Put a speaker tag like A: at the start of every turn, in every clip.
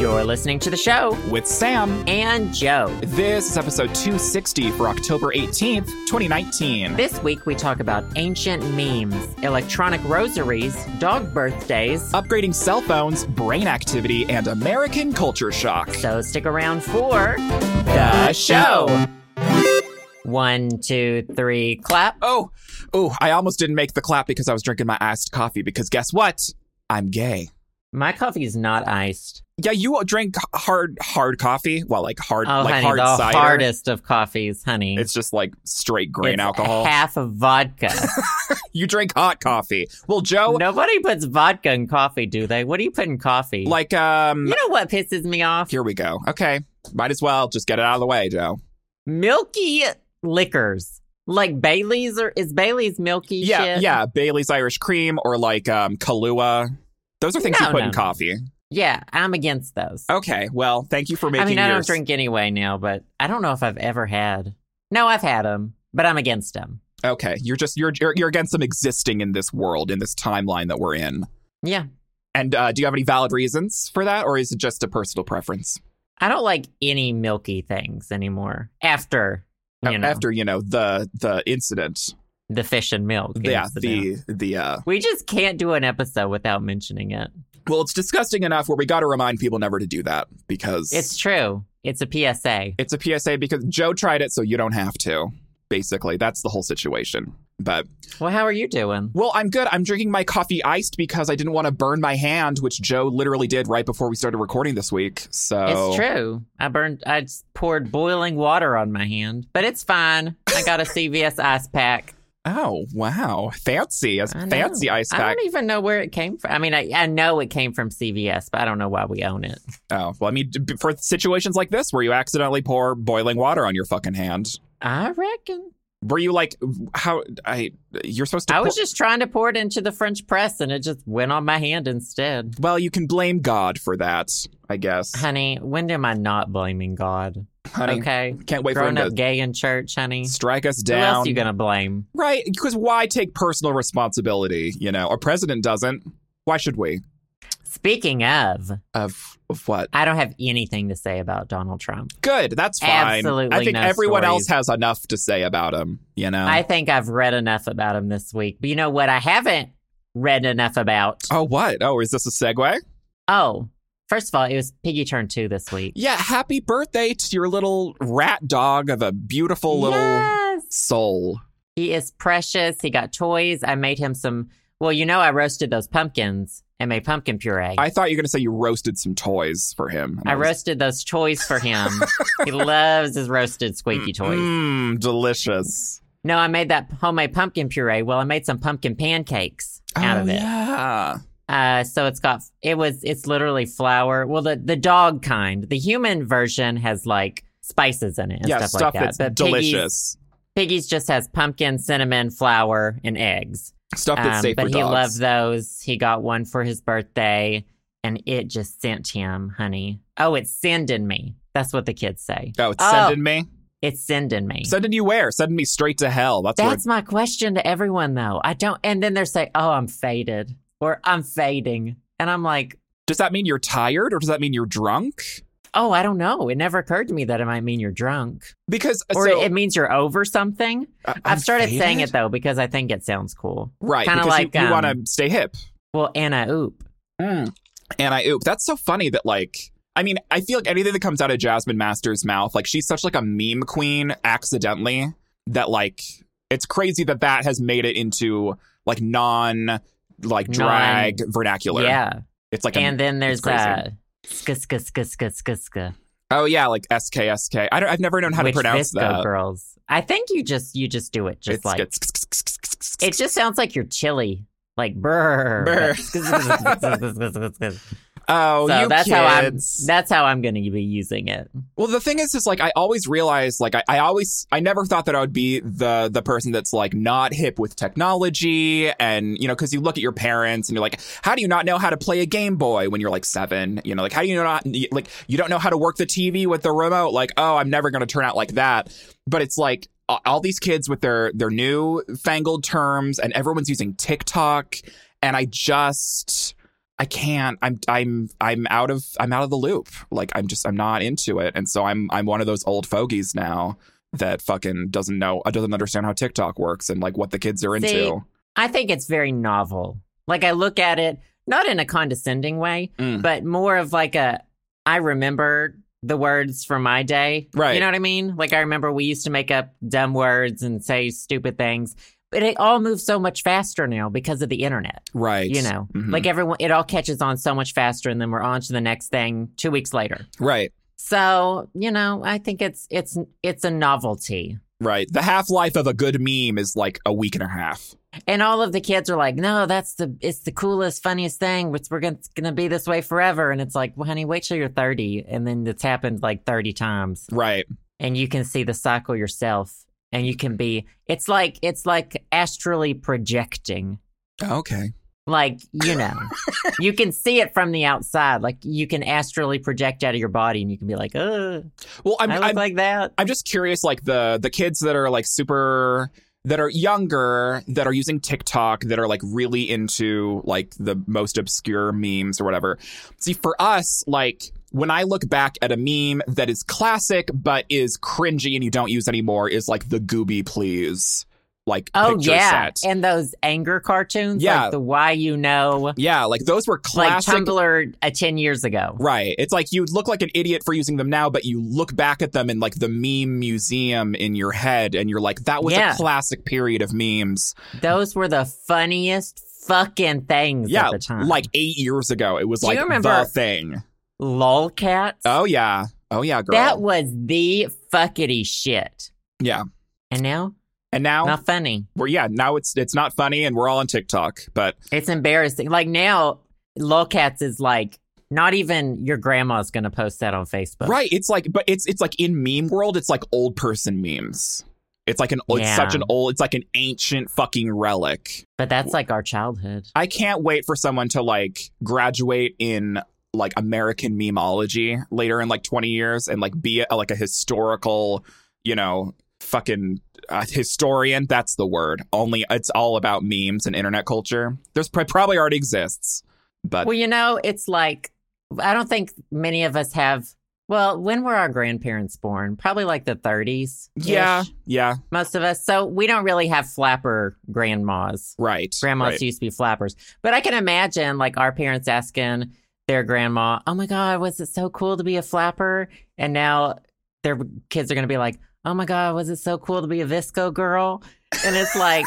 A: You're listening to the show
B: with Sam.
A: and Joe.
B: This is episode 260 for October 18th, 2019.
A: This week we talk about ancient memes, electronic rosaries, dog birthdays.
B: Upgrading cell phones, brain activity, and American culture shock.
A: So stick around for
B: The show.
A: One, two, three, clap.
B: Oh, oh, I almost didn't make the clap because I was drinking my iced coffee because guess what? I'm gay.
A: My coffee is not iced.
B: Yeah, you drink hard, hard coffee. Well, like hard,
A: Oh,
B: like
A: honey,
B: hard
A: the
B: cider.
A: hardest of coffees, honey.
B: It's just like straight grain
A: It's
B: alcohol.
A: Half of vodka.
B: you drink hot coffee. Well, Joe,
A: Nobody puts vodka in coffee, do they? What do you put in coffee?
B: like, um,
A: you know what pisses me off?
B: here we go. Okay, might as well just get it out of the way, Joe.
A: Milky liquors. Like Bailey's or is Bailey's milky
B: Yeah,
A: shit?
B: yeah, Bailey's Irish Cream or like um, Kahlua. Those are things
A: No,
B: you put
A: no.
B: in coffee.
A: Yeah, I'm against those.
B: Okay, well, thank you for making.
A: I mean, I
B: yours-
A: don't drink anyway now, but I don't know if I've ever had. No, I've had them, but I'm against them.
B: Okay, you're just you're you're, you're against them existing in this world in this timeline that we're in.
A: Yeah.
B: And uh, do you have any valid reasons for that, or is it just a personal preference?
A: I don't like any milky things anymore after, you
B: A-
A: know,
B: After you know the the incident,
A: the fish and milk.
B: yeah,
A: incident.
B: the the uh,
A: We just can't do an episode without mentioning it.
B: well, it's disgusting enough where we got to remind people never to do that because
A: It's true. It's a PSA.
B: it's a PSA because Joe tried it, so you don't have to. Basically, that's the whole situation. But
A: Well, how are you doing?
B: well, I'm good. I'm drinking my coffee iced because I didn't want to burn my hand, which Joe literally did right before we started recording this week. So
A: It's true. I burned, I just poured boiling water on my hand, but it's fine. I got a CVS ice pack.
B: Oh wow, fancy! A
A: I know.
B: fancy ice
A: I
B: pack.
A: don't even know where it came from. I mean, I, I know it came from CVS, but I don't know why we own it.
B: Oh well, I mean, d- for situations like this where you accidentally pour boiling water on your fucking hand,
A: I reckon.
B: were you like, how? I you're supposed to.
A: I
B: pour-
A: was just trying to pour it into the French press and it just went on my hand instead.
B: well, you can blame God for that, I guess,
A: Honey, when am I not blaming God?
B: honey.
A: okay.
B: Can't wait for him
A: Grown
B: to
A: up gay in church, honey.
B: strike us
A: Who
B: down.
A: else you going to blame?
B: Right? Because why take personal responsibility? You know, our president doesn't. Why should we?
A: Speaking of,
B: Of of what?
A: I don't have anything to say about Donald Trump.
B: Good. That's fine.
A: Absolutely
B: I think
A: no
B: everyone else
A: stories.
B: has enough to say about him. You know.
A: I think I've read enough about him this week. But you know what? I haven't read enough about.
B: oh what? Oh, is this a segue?
A: Oh, first of all, it was Piggy Turn 2 this week.
B: Yeah, happy birthday to your little rat dog of a beautiful little
A: Yes.
B: soul.
A: He is precious. He got toys. I made him some. Well, you know, I roasted those pumpkins and made pumpkin puree.
B: I thought you were going to say you roasted some toys for him.
A: I roasted those toys for him. he loves his roasted squeaky toys.
B: Mmm, delicious.
A: No, I made that homemade pumpkin puree. Well, I made some pumpkin pancakes out
B: oh,
A: of it.
B: Yeah.
A: Uh, so it's got it was it's literally flour. Well, the the dog kind, the human version has like spices in it and
B: yeah,
A: stuff,
B: stuff,
A: like that.
B: that's
A: Piggy's-
B: delicious.
A: Piggy's just has pumpkin, cinnamon, flour, and eggs.
B: Stuff that's
A: Um,
B: safe
A: but
B: for
A: he
B: dogs.
A: loved those. He got one for his birthday, and it just sent him, honey. Oh, it's sending me. That's what the kids say.
B: Oh, it's
A: Oh.
B: sending me.
A: It's sending me.
B: Sending you where? Sending me straight to hell. That's, where.
A: That's my question to everyone, though. I don't. And then they're saying, "Oh, I'm faded," or "I'm fading," and I'm like,
B: Does that mean you're tired or does that mean you're drunk?
A: "Oh, I don't know." It never occurred to me that it might mean you're drunk,
B: Because
A: or
B: Uh, so,
A: it means you're over something.
B: I-
A: i
B: I'm
A: have started saying
B: faded?
A: it though because I think it sounds cool.
B: Right,
A: kinda
B: because
A: like,
B: you, you
A: um, Mm.
B: want to stay hip.
A: Well, Anna, oop.
B: And I oop. That's so funny that like I mean, I feel like anything that comes out of Jasmine Masters' mouth, like she's such like a meme queen accidentally that like it's crazy that that has made it into like non like drag vernacular.
A: Yeah.
B: It's like
A: and then there's
B: it's crazy.
A: uh, ska ska ska ska ska ska.
B: a, oh yeah, like SKSK. I don't I've never known how
A: which
B: to pronounce
A: Visco
B: that.
A: Girls. I think you just you just do it just
B: it's
A: like
B: it's,
A: it just sounds like you're chilly. Like brr.
B: Brr.
A: so
B: oh, you
A: that's how I'm
B: kids.
A: that's how I'm gonna be using it.
B: Well, the thing is, is like I always realized, like I, I always, I never thought that I would be the the person that's like not hip with technology, and you know, because you look at your parents and you're like, how do you not know how to play a Game Boy when you're like seven? You know, like how do you not like you don't know how to work the TV with the remote? Like, oh, I'm never going to turn out like that. But it's like a- all these kids with their their new fangled terms, and everyone's using TikTok, and I just. I can't. I'm I'm I'm out of I'm out of the loop. Like I'm just I'm not into it. And so I'm I'm one of those old fogies now that fucking doesn't know doesn't understand how TikTok works and like what the kids are into.
A: See, I think it's very novel. Like I look at it not in a condescending way,
B: Mm.
A: but more of like a I remember the words from my day.
B: Right.
A: You know what I mean? Like I remember we used to make up dumb words and say stupid things, but it all moves so much faster now because of the internet.
B: Right.
A: you know,
B: Mhm.
A: like everyone, it all catches on so much faster, and then we're on to the next thing two weeks later.
B: Right.
A: So you know, I think it's it's it's a novelty.
B: Right. The half life of a good meme is like a week and a half.
A: And all of the kids are like, "No, that's the it's the coolest, funniest thing. It's, we're gonna, it's gonna be this way forever." And it's like, "Well, honey, wait till you're 30, and then it's happened like 30 times,
B: Right.
A: and you can see the cycle yourself, and you can be. It's like it's like astrally projecting.
B: Okay.
A: Like you know, you can see it from the outside. Like you can astrally project out of your body, and you can be like, "Oh,
B: Well, I'm
A: I look
B: I'm,
A: like that."
B: I'm just curious like the the kids that are like super that are younger that are using TikTok that are like really into like the most obscure memes or whatever. See, for us like when I look back at a meme that is classic but is cringy and you don't use anymore is like the Gooby please like
A: Oh
B: picture
A: yeah,
B: set.
A: and those anger cartoons,
B: Yeah.
A: like the why you know,
B: yeah, like those were classic
A: like Tumblr uh, ten years ago.
B: Right. It's like you look like an idiot for using them now, but you look back at them in like the meme museum in your head and you're like, that was
A: Yeah.
B: a classic period of memes.
A: Those were the funniest fucking things
B: yeah.
A: at the time.
B: Like eight years ago. It was
A: Do you
B: like
A: remember-
B: the thing.
A: lolcats.
B: Oh yeah. Oh yeah, girl.
A: that was the fuckity shit.
B: yeah.
A: And now,
B: And now
A: not funny.
B: we're yeah, now it's it's not funny and we're all on TikTok. But
A: It's embarrassing. Like now, lolcats is like not even your grandma's gonna post that on Facebook.
B: right, it's like but it's it's like in meme world, it's like old person memes. It's like an it's
A: Yeah.
B: such an old it's like an ancient fucking relic.
A: But that's like our childhood.
B: I can't wait for someone to like graduate in like American memeology later in like 20 years and like be a, like a historical, you know, fucking uh, historian. That's the word. Only it's all about memes and internet culture. There's pr- probably already exists, but
A: Well, you know, it's like I don't think many of us have. Well, when were our grandparents born? Probably like the 30s. -ish,
B: yeah, yeah,
A: most of us. So we don't really have flapper grandmas.
B: right.
A: Grandmas
B: right.
A: used to be flappers, but I can imagine like our parents asking their grandma, "Oh my god, was it so cool to be a flapper?" And now their kids are going to be like, "Oh my god, was it so cool to be a visco girl?" And it's like,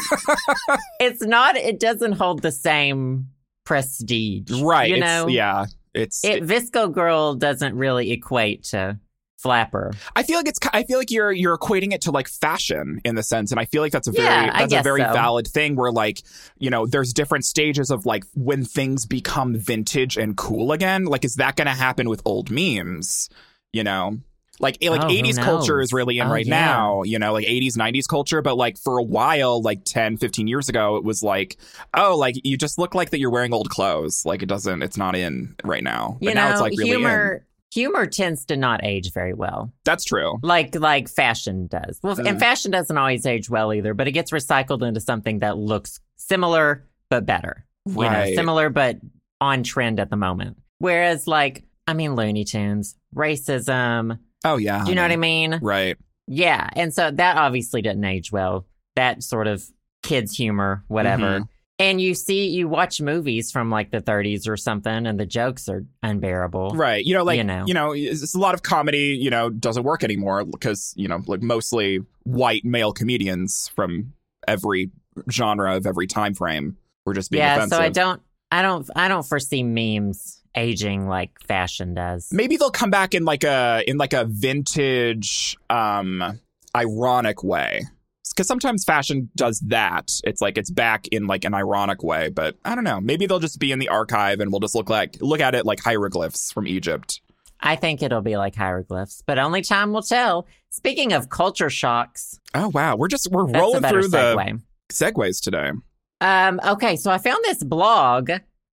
A: it's not. It doesn't hold the same prestige,
B: right.
A: You
B: it's,
A: know,
B: yeah, it's.
A: It, visco girl doesn't really equate to flapper.
B: I feel like it's. ki- I feel like you're you're equating it to like fashion in the sense, and I feel like that's a very
A: Yeah, I
B: that's a
A: guess
B: very
A: so.
B: valid thing where like you know there's different stages of like when things become vintage and cool again. Like, is that going to happen with old memes? You know. Like eh, like
A: Oh, who
B: 80s culture
A: knows?
B: is really in
A: Oh,
B: right
A: yeah.
B: now, you know, like 80s 90s culture, but like for a while like 10 15 years ago it was like oh like you just look like that you're wearing old clothes. Like it doesn't it's not in right now. But
A: you
B: now
A: know,
B: it's like really in.
A: humor. Humor tends to not age very well.
B: That's true.
A: like like fashion does. Well,
B: Mhm.
A: and fashion doesn't always age well either, but it gets recycled into something that looks similar but better. You
B: Right.
A: know, similar but on trend at the moment. Whereas like I mean Looney Tunes, racism,
B: Oh yeah.
A: do you know what I mean?
B: Right.
A: Yeah, and so that obviously didn't age well. That sort of kids humor, whatever. And you see, you watch movies from like the 30s or something, and the jokes are unbearable.
B: Right. You know, like, you
A: You
B: know,
A: know.
B: it's it's a lot of comedy, you know, doesn't work anymore because, you know, like mostly white male comedians from every genre of every time frame were just being
A: yeah,
B: offensive.
A: so I don't, I don't, I don't foresee memes aging like fashion does.
B: Maybe they'll come back in like a in like a vintage um ironic way. Cuz sometimes fashion does that. It's like it's back in like an ironic way, but I don't know. Maybe they'll just be in the archive and we'll just look like look at it like hieroglyphs from Egypt.
A: I think it'll be like hieroglyphs, but only time will tell. Speaking of culture shocks,
B: Oh wow, we're just we're
A: that's a
B: rolling
A: better
B: through
A: segue.
B: the segues today.
A: Um, okay, so I found this blog.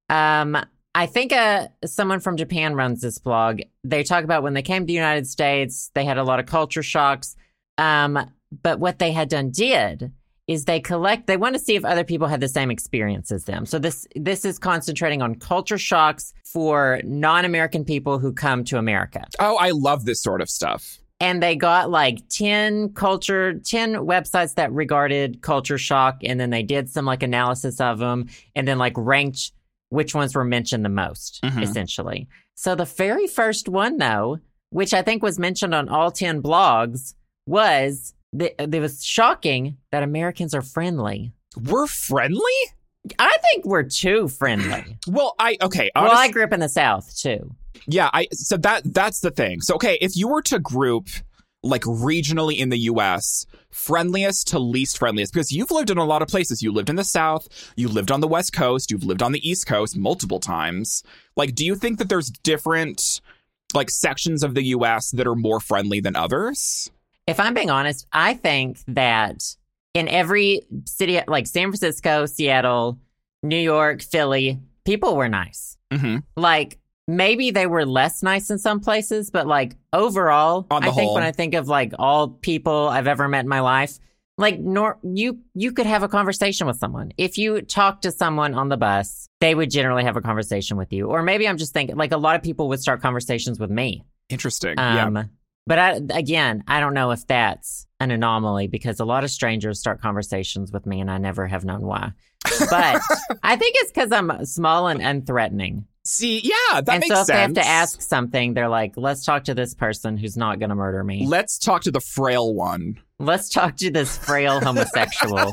A: Um, I think uh, someone from Japan runs this blog. They talk about when they came to the United States, they had a lot of culture shocks. Um, but what they had done did is they collect they want to see if other people had the same experience as them. So this this is concentrating on culture shocks for non-American people who come to America.
B: Oh, I love this sort of stuff.
A: And they got like 10 culture 10 websites that regarded culture shock and then they did some like analysis of them and then like ranked which ones were mentioned the most
B: Mhm.
A: essentially. So the very first one though, which I think was mentioned on all 10 blogs was th- it was shocking that Americans are friendly.
B: We're friendly?
A: I think we're too friendly.
B: Well, I okay.
A: well,
B: honest-
A: I grew up in the South too.
B: Yeah, I so that that's the thing. So okay, if you were to group like regionally in the US, friendliest to least friendliest because you've lived in a lot of places. You lived in the South, you lived on the West Coast, you've lived on the East Coast multiple times. Like do you think that there's different like sections of the US that are more friendly than others?
A: If I'm being honest, I think that in every city like San Francisco, Seattle, New York, Philly, people were nice.
B: Mhm.
A: Like maybe they were less nice in some places, but like overall,
B: On the
A: I think
B: whole.
A: when I think of like all people I've ever met in my life, like nor you you could have a conversation with someone. If you talk to someone on the bus, they would generally have a conversation with you. Or maybe I'm just thinking like a lot of people would start conversations with me.
B: Interesting. yeah.
A: Um, But I, again, I don't know if that's an anomaly because a lot of strangers start conversations with me and I never have known why. But I think it's because I'm small and unthreatening.
B: See, yeah, that
A: and
B: makes
A: so if
B: sense.
A: they have to ask something, they're like, let's talk to this person who's not going to murder me.
B: Let's talk to the frail one.
A: Let's talk to this frail homosexual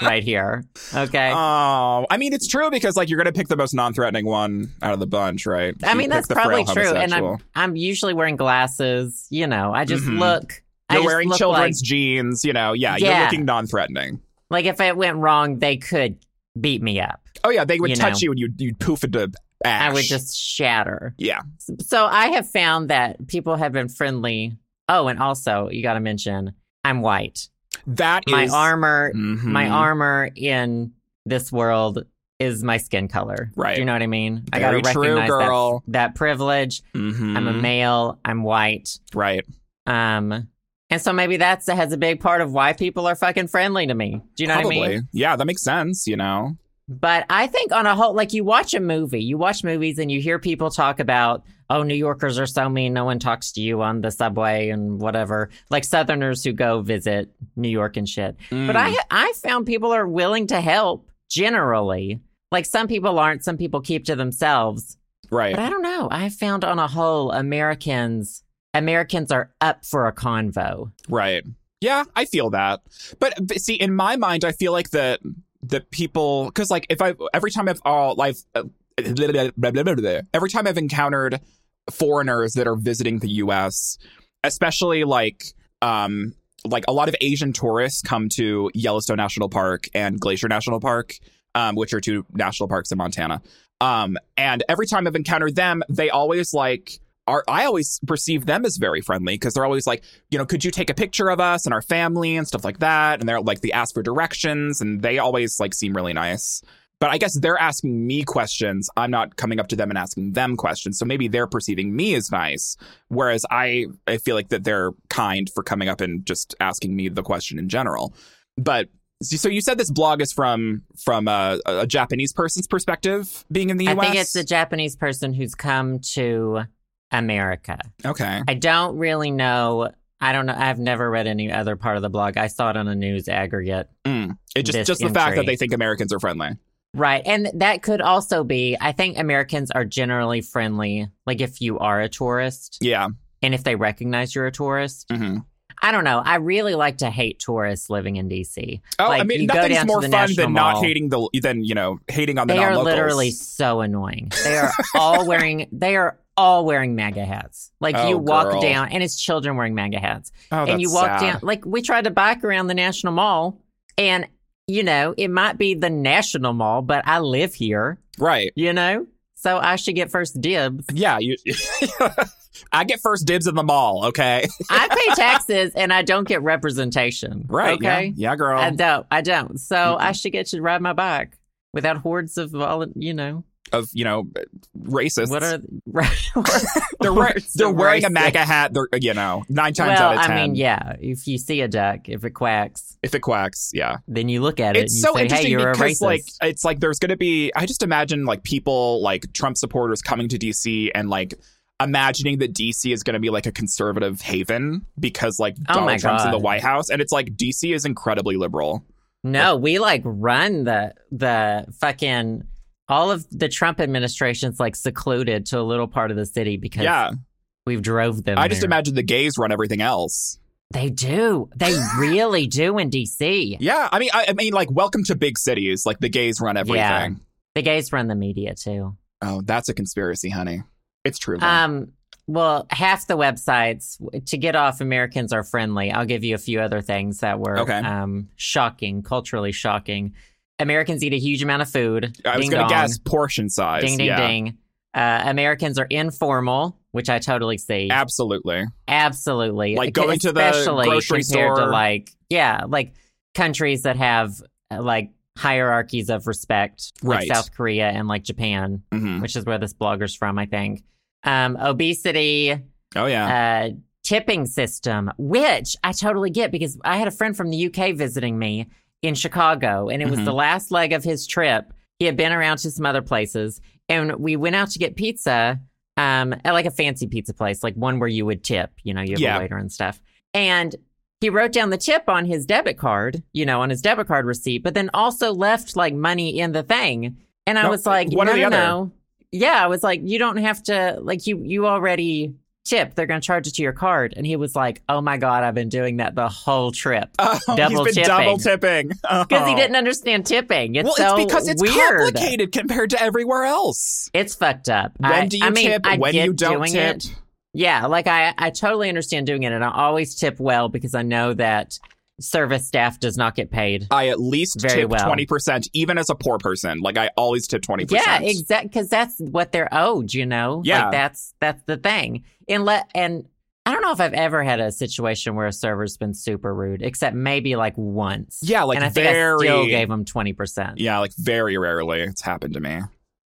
A: right here. Okay.
B: Oh, I mean, it's true because like you're gonna pick the most non-threatening one out of the bunch, right?
A: I
B: You
A: mean,
B: pick
A: that's
B: the
A: probably
B: frail
A: true. And I'm,
B: homosexual.
A: I'm usually wearing glasses. You know, I just
B: Mhm.
A: look. I
B: you're
A: just
B: wearing
A: look
B: children's jeans, you know. Yeah, you're
A: Yeah.
B: looking non-threatening.
A: Like, like if it went wrong, they could beat me up.
B: Oh yeah, they would
A: You
B: touch
A: know.
B: you and you'd you'd poof into ash.
A: I would just shatter.
B: yeah.
A: So I have found that people have been friendly. Oh, and also you got to mention I'm white.
B: That is
A: My armor,
B: Mhm.
A: my armor in this world is my skin color.
B: Right.
A: Do you know what I mean?
B: Very
A: I got to
B: true,
A: recognize
B: girl.
A: That, that privilege.
B: Mhm.
A: I'm a male. I'm white.
B: Right.
A: Um, and so maybe that's has a big part of why people are fucking friendly to me. Do you know
B: Probably.
A: what I mean?
B: Yeah, that makes sense. You know.
A: But I think on a whole, like you watch a movie, you watch movies and you hear people talk about, oh, New Yorkers are so mean, no one talks to you on the subway and whatever, like Southerners who go visit New York and shit. But I,
B: Mm.
A: I found people are willing to help generally. Like some people aren't, some people keep to themselves.
B: right.
A: But I don't know. I found on a whole, Americans, Americans are up for a convo.
B: Right. Yeah, I feel that. But, but see, in my mind, I feel like the the people because like if I every time I've all I've uh, every time I've encountered foreigners that are visiting the U.S., especially like um like a lot of Asian tourists come to Yellowstone National Park and Glacier National Park, um, which are two national parks in Montana. Um, and every time I've encountered them, they always like are I always perceive them as very friendly because they're always like you know, could you take a picture of us and our family and stuff like that? And they're like, they ask for directions and they always like seem really nice. But I guess they're asking me questions. I'm not coming up to them and asking them questions. So maybe they're perceiving me as nice. Whereas I, I feel like that they're kind for coming up and just asking me the question in general. But so you said this blog is from from a, a Japanese person's perspective being in the
A: I
B: US.
A: think it's a Japanese person who's come to America.
B: okay.
A: I don't really know. I don't know. I've never read any other part of the blog. I saw it on a news aggregate.
B: Mm. It just
A: This
B: just the fact that
A: entry.
B: they think Americans are friendly.
A: Right. And that could also be, I think Americans are generally friendly. Like if you are a tourist
B: Yeah.
A: and if they recognize you're a tourist.
B: hmm
A: I don't know. I really like to hate tourists living in DC.
B: Oh, I
A: Like,
B: mean,
A: you go down
B: nothing's
A: to
B: more
A: the
B: fun
A: National
B: than not
A: Mall.
B: hating the than you know hating on the
A: They are
B: non-locals.
A: literally so annoying. They are all wearing, they are all wearing MAGA hats. Like
B: Oh,
A: you walk
B: girl.
A: down and it's children wearing MAGA hats.
B: oh,
A: and you
B: that's
A: walk down
B: sad.
A: like we tried to bike around the national mall and you know it might be the national mall but i live here
B: right?
A: you know so i should get first dibs
B: Yeah, you. I get first dibs in the mall. Okay,
A: i pay taxes and i don't get representation
B: right?
A: okay
B: yeah, yeah girl.
A: i don't i don't so i should get to ride my bike without hordes of all you know
B: of you know racists.
A: What are
B: they're wear-
A: words
B: they're
A: of
B: wearing a
A: racist?
B: MAGA hat. They're you know nine times
A: well,
B: out of ten,
A: I mean, yeah. If you see a duck, if it quacks,
B: if it quacks, yeah.
A: then you look at it.
B: It's
A: and you
B: so
A: say,
B: interesting
A: hey, you're
B: because
A: a racist.
B: like it's like there's going to be. I just imagine like people like Trump supporters coming to DC and like imagining that DC is going to be like a conservative haven because like
A: Oh my
B: Donald Trump's in the
A: God.
B: White House, and it's like DC is incredibly liberal.
A: No, we like run the the fucking all of the Trump administration's like secluded to a little part of the city because
B: Yeah,
A: we've drove them.
B: I just
A: there.
B: imagine the gays run everything else.
A: they do. They really do in DC.
B: Yeah, I mean, I, I mean, like, welcome to big cities. Like, the gays run everything.
A: Yeah. The gays run the media too.
B: Oh, that's a conspiracy, honey. It's true. though.
A: Um, well, half the websites to get off Americans are friendly. I'll give you a few other things that were
B: Okay.
A: um, shocking, culturally shocking. Americans eat a huge amount of food.
B: I was
A: Ding dong.
B: going to guess portion size.
A: Ding ding
B: yeah,
A: ding. Uh, Americans are informal, which I totally see.
B: absolutely.
A: Absolutely,
B: Like
A: Ac-
B: going to the
A: especially
B: grocery
A: compared to
B: store.
A: like yeah, like countries that have uh, like hierarchies of respect, like
B: Right.
A: South Korea and like Japan,
B: hmm
A: which is where this blogger's from, I think. Um, obesity,
B: Oh yeah.
A: uh, tipping system, which I totally get because I had a friend from the UK visiting me in Chicago, and it was
B: Mhm.
A: the last leg of his trip. He had been around to some other places, and we went out to get pizza um, at like a fancy pizza place, like one where you would tip, you know, you have
B: Yeah.
A: a waiter and stuff. And he wrote down the tip on his debit card, you know, on his debit card receipt, but then also left like money in the thing. And I
B: No,
A: was like,
B: one
A: no,
B: or the
A: no,
B: other.
A: no. Yeah, I was like, you don't have to like you you already tip. They're gonna charge it to your card. And he was like, Oh my god, I've been doing that the whole trip.
B: oh,
A: double
B: he's been
A: tipping.
B: double tipping
A: Because
B: Oh.
A: he didn't understand tipping. It's so
B: well, it's because it's
A: weird.
B: complicated compared to everywhere else.
A: It's fucked up.
B: When
A: I,
B: do you
A: I mean,
B: tip?
A: I
B: when
A: get
B: you don't
A: doing
B: tip?
A: it. Yeah, like I, I totally understand doing it, and I always tip well because I know that service staff does not get paid.
B: I at least
A: Very
B: tip
A: well.
B: twenty percent, even as a poor person. Like I always tip twenty
A: Yeah,
B: percent.
A: exactly, because that's what they're owed. You know,
B: Yeah.
A: like that's that's the thing. And let and I don't know if I've ever had a situation where a server's been super rude, except maybe like once.
B: Yeah, like
A: and I think
B: very.
A: I still gave them twenty percent.
B: yeah, like very rarely it's happened to me.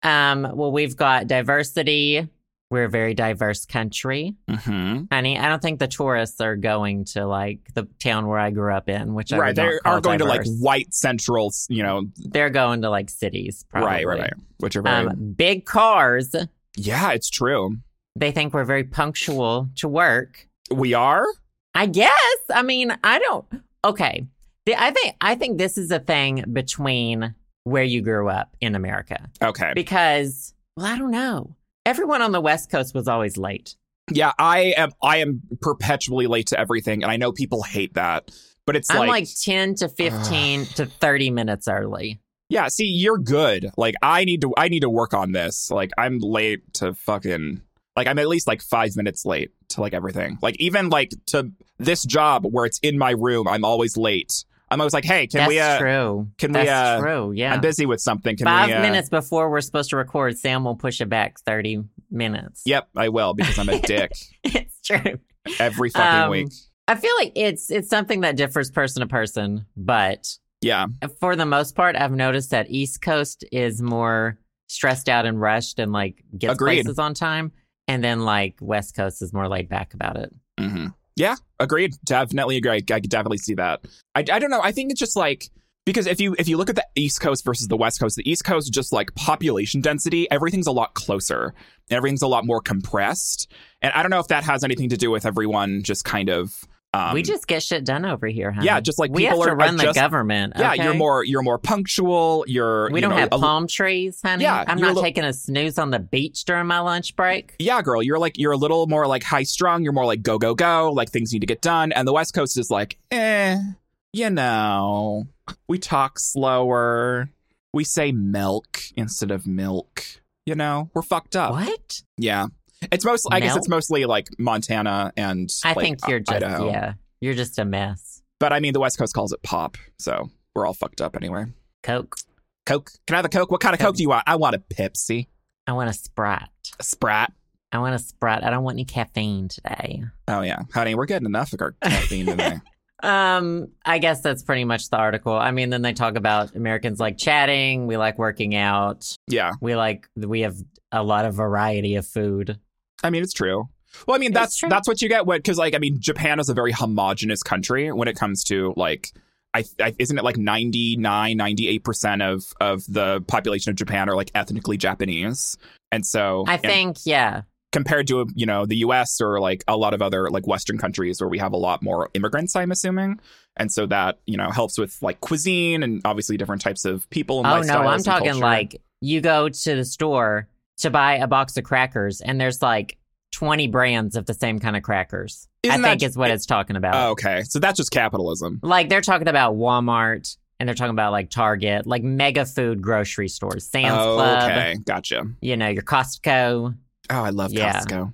A: Um. Well, we've got diversity. We're a very diverse country.
B: hmm
A: Honey, I don't think the tourists are going to like the town where I grew up in, which I
B: Right,
A: would
B: they
A: not call
B: are going
A: diverse.
B: to like white central, you know,
A: They're going to like cities, probably.
B: Right, right, right. Which are very,
A: Um, big cars.
B: yeah, it's true.
A: They think we're very punctual to work.
B: We are.
A: I guess. I mean, I don't. Okay, the, I think I think this is a thing between where you grew up in America
B: Okay.
A: because, well, I don't know. Everyone on the West Coast was always late.
B: Yeah, I am. I am perpetually late to everything, and I know people hate that, but it's
A: I'm
B: like,
A: like ten to fifteen to thirty minutes early.
B: yeah. See, you're good. Like, I need to. I need to work on this. Like, I'm late to fucking. Like, I'm at least like five minutes late to like everything. Like, even like to this job where it's in my room, I'm always late. I'm always like, hey, can
A: That's
B: we? uh
A: true.
B: can we,
A: That's
B: uh,
A: true. Yeah.
B: I'm busy with something. Can
A: Five
B: we? Uh,
A: minutes before we're supposed to record, Sam will push it back thirty minutes.
B: Yep, I will because I'm a dick
A: it's true.
B: every fucking
A: Um,
B: week.
A: I feel like it's it's something that differs person to person, but
B: Yeah.
A: for the most part, I've noticed that East Coast is more stressed out and rushed and like gets
B: Agreed.
A: places on time, and then like West Coast is more laid back about it.
B: hmm Yeah, agreed. Definitely agree. I, I could definitely see that. I, I don't know. I think it's just like because if you if you look at the East Coast versus the West Coast, the East Coast just like population density, everything's a lot closer. Everything's a lot more compressed. And I don't know if that has anything to do with everyone just kind of. Um,
A: we just get shit done over here, huh?
B: yeah, just like
A: we have
B: people
A: to
B: are- are
A: run the
B: just-
A: government.
B: yeah,
A: okay?
B: you're more you're more punctual. You're
A: We
B: you
A: don't
B: know,
A: have
B: a-
A: palm trees, honey.
B: Yeah,
A: I'm
B: you're
A: not
B: a li-
A: taking a snooze on the beach during my lunch break.
B: yeah, girl, you're like you're a little more like high strung. You're more like go go go. Like things need to get done. And the West Coast is like, eh, you know, we talk slower. We say milk instead of milk. You know, we're fucked up.
A: What?
B: Yeah, it's mostly. I guess
A: Milk?
B: it's mostly like Montana and
A: I
B: like,
A: think you're
B: I-
A: just
B: Idaho.
A: yeah, you're just a mess.
B: But I mean, the West Coast calls it pop, so we're all fucked up anyway.
A: Coke.
B: Coke? Can I have a Coke? What kind of
A: Coke.
B: Coke do you want? I want a Pepsi,
A: I want a Sprite.
B: a Sprat.
A: I want a Sprite. I don't want any caffeine today.
B: Oh yeah, honey, we're getting enough of our caffeine today.
A: Um, I guess that's pretty much the article. I mean, then they talk about Americans like chatting, we like working out,
B: Yeah.
A: we like we have a lot of variety of food.
B: I mean, it's true. Well, I mean,
A: It's
B: that's
A: true.
B: that's what you get. What because like I mean, Japan is a very homogenous country when it comes to like. I, I, isn't it like 99 98% of, of the population of japan are like ethnically japanese and so
A: I
B: and
A: think, yeah.
B: compared to you know the us or like a lot of other like western countries where we have a lot more immigrants i'm assuming and so that you know helps with like cuisine and obviously different types of people and
A: Oh
B: lifestyles
A: no, I'm
B: and
A: talking
B: culture.
A: like you go to the store to buy a box of crackers, and there's like 20 brands of the same kind of crackers.
B: Isn't
A: I think
B: that-
A: is what it's talking about.
B: oh, okay so that's just capitalism
A: Like they're talking about Walmart and they're talking about like Target, like mega food grocery stores, Sam's Club,
B: Oh, okay gotcha
A: you know, your Costco.
B: oh i love
A: Yeah.
B: costco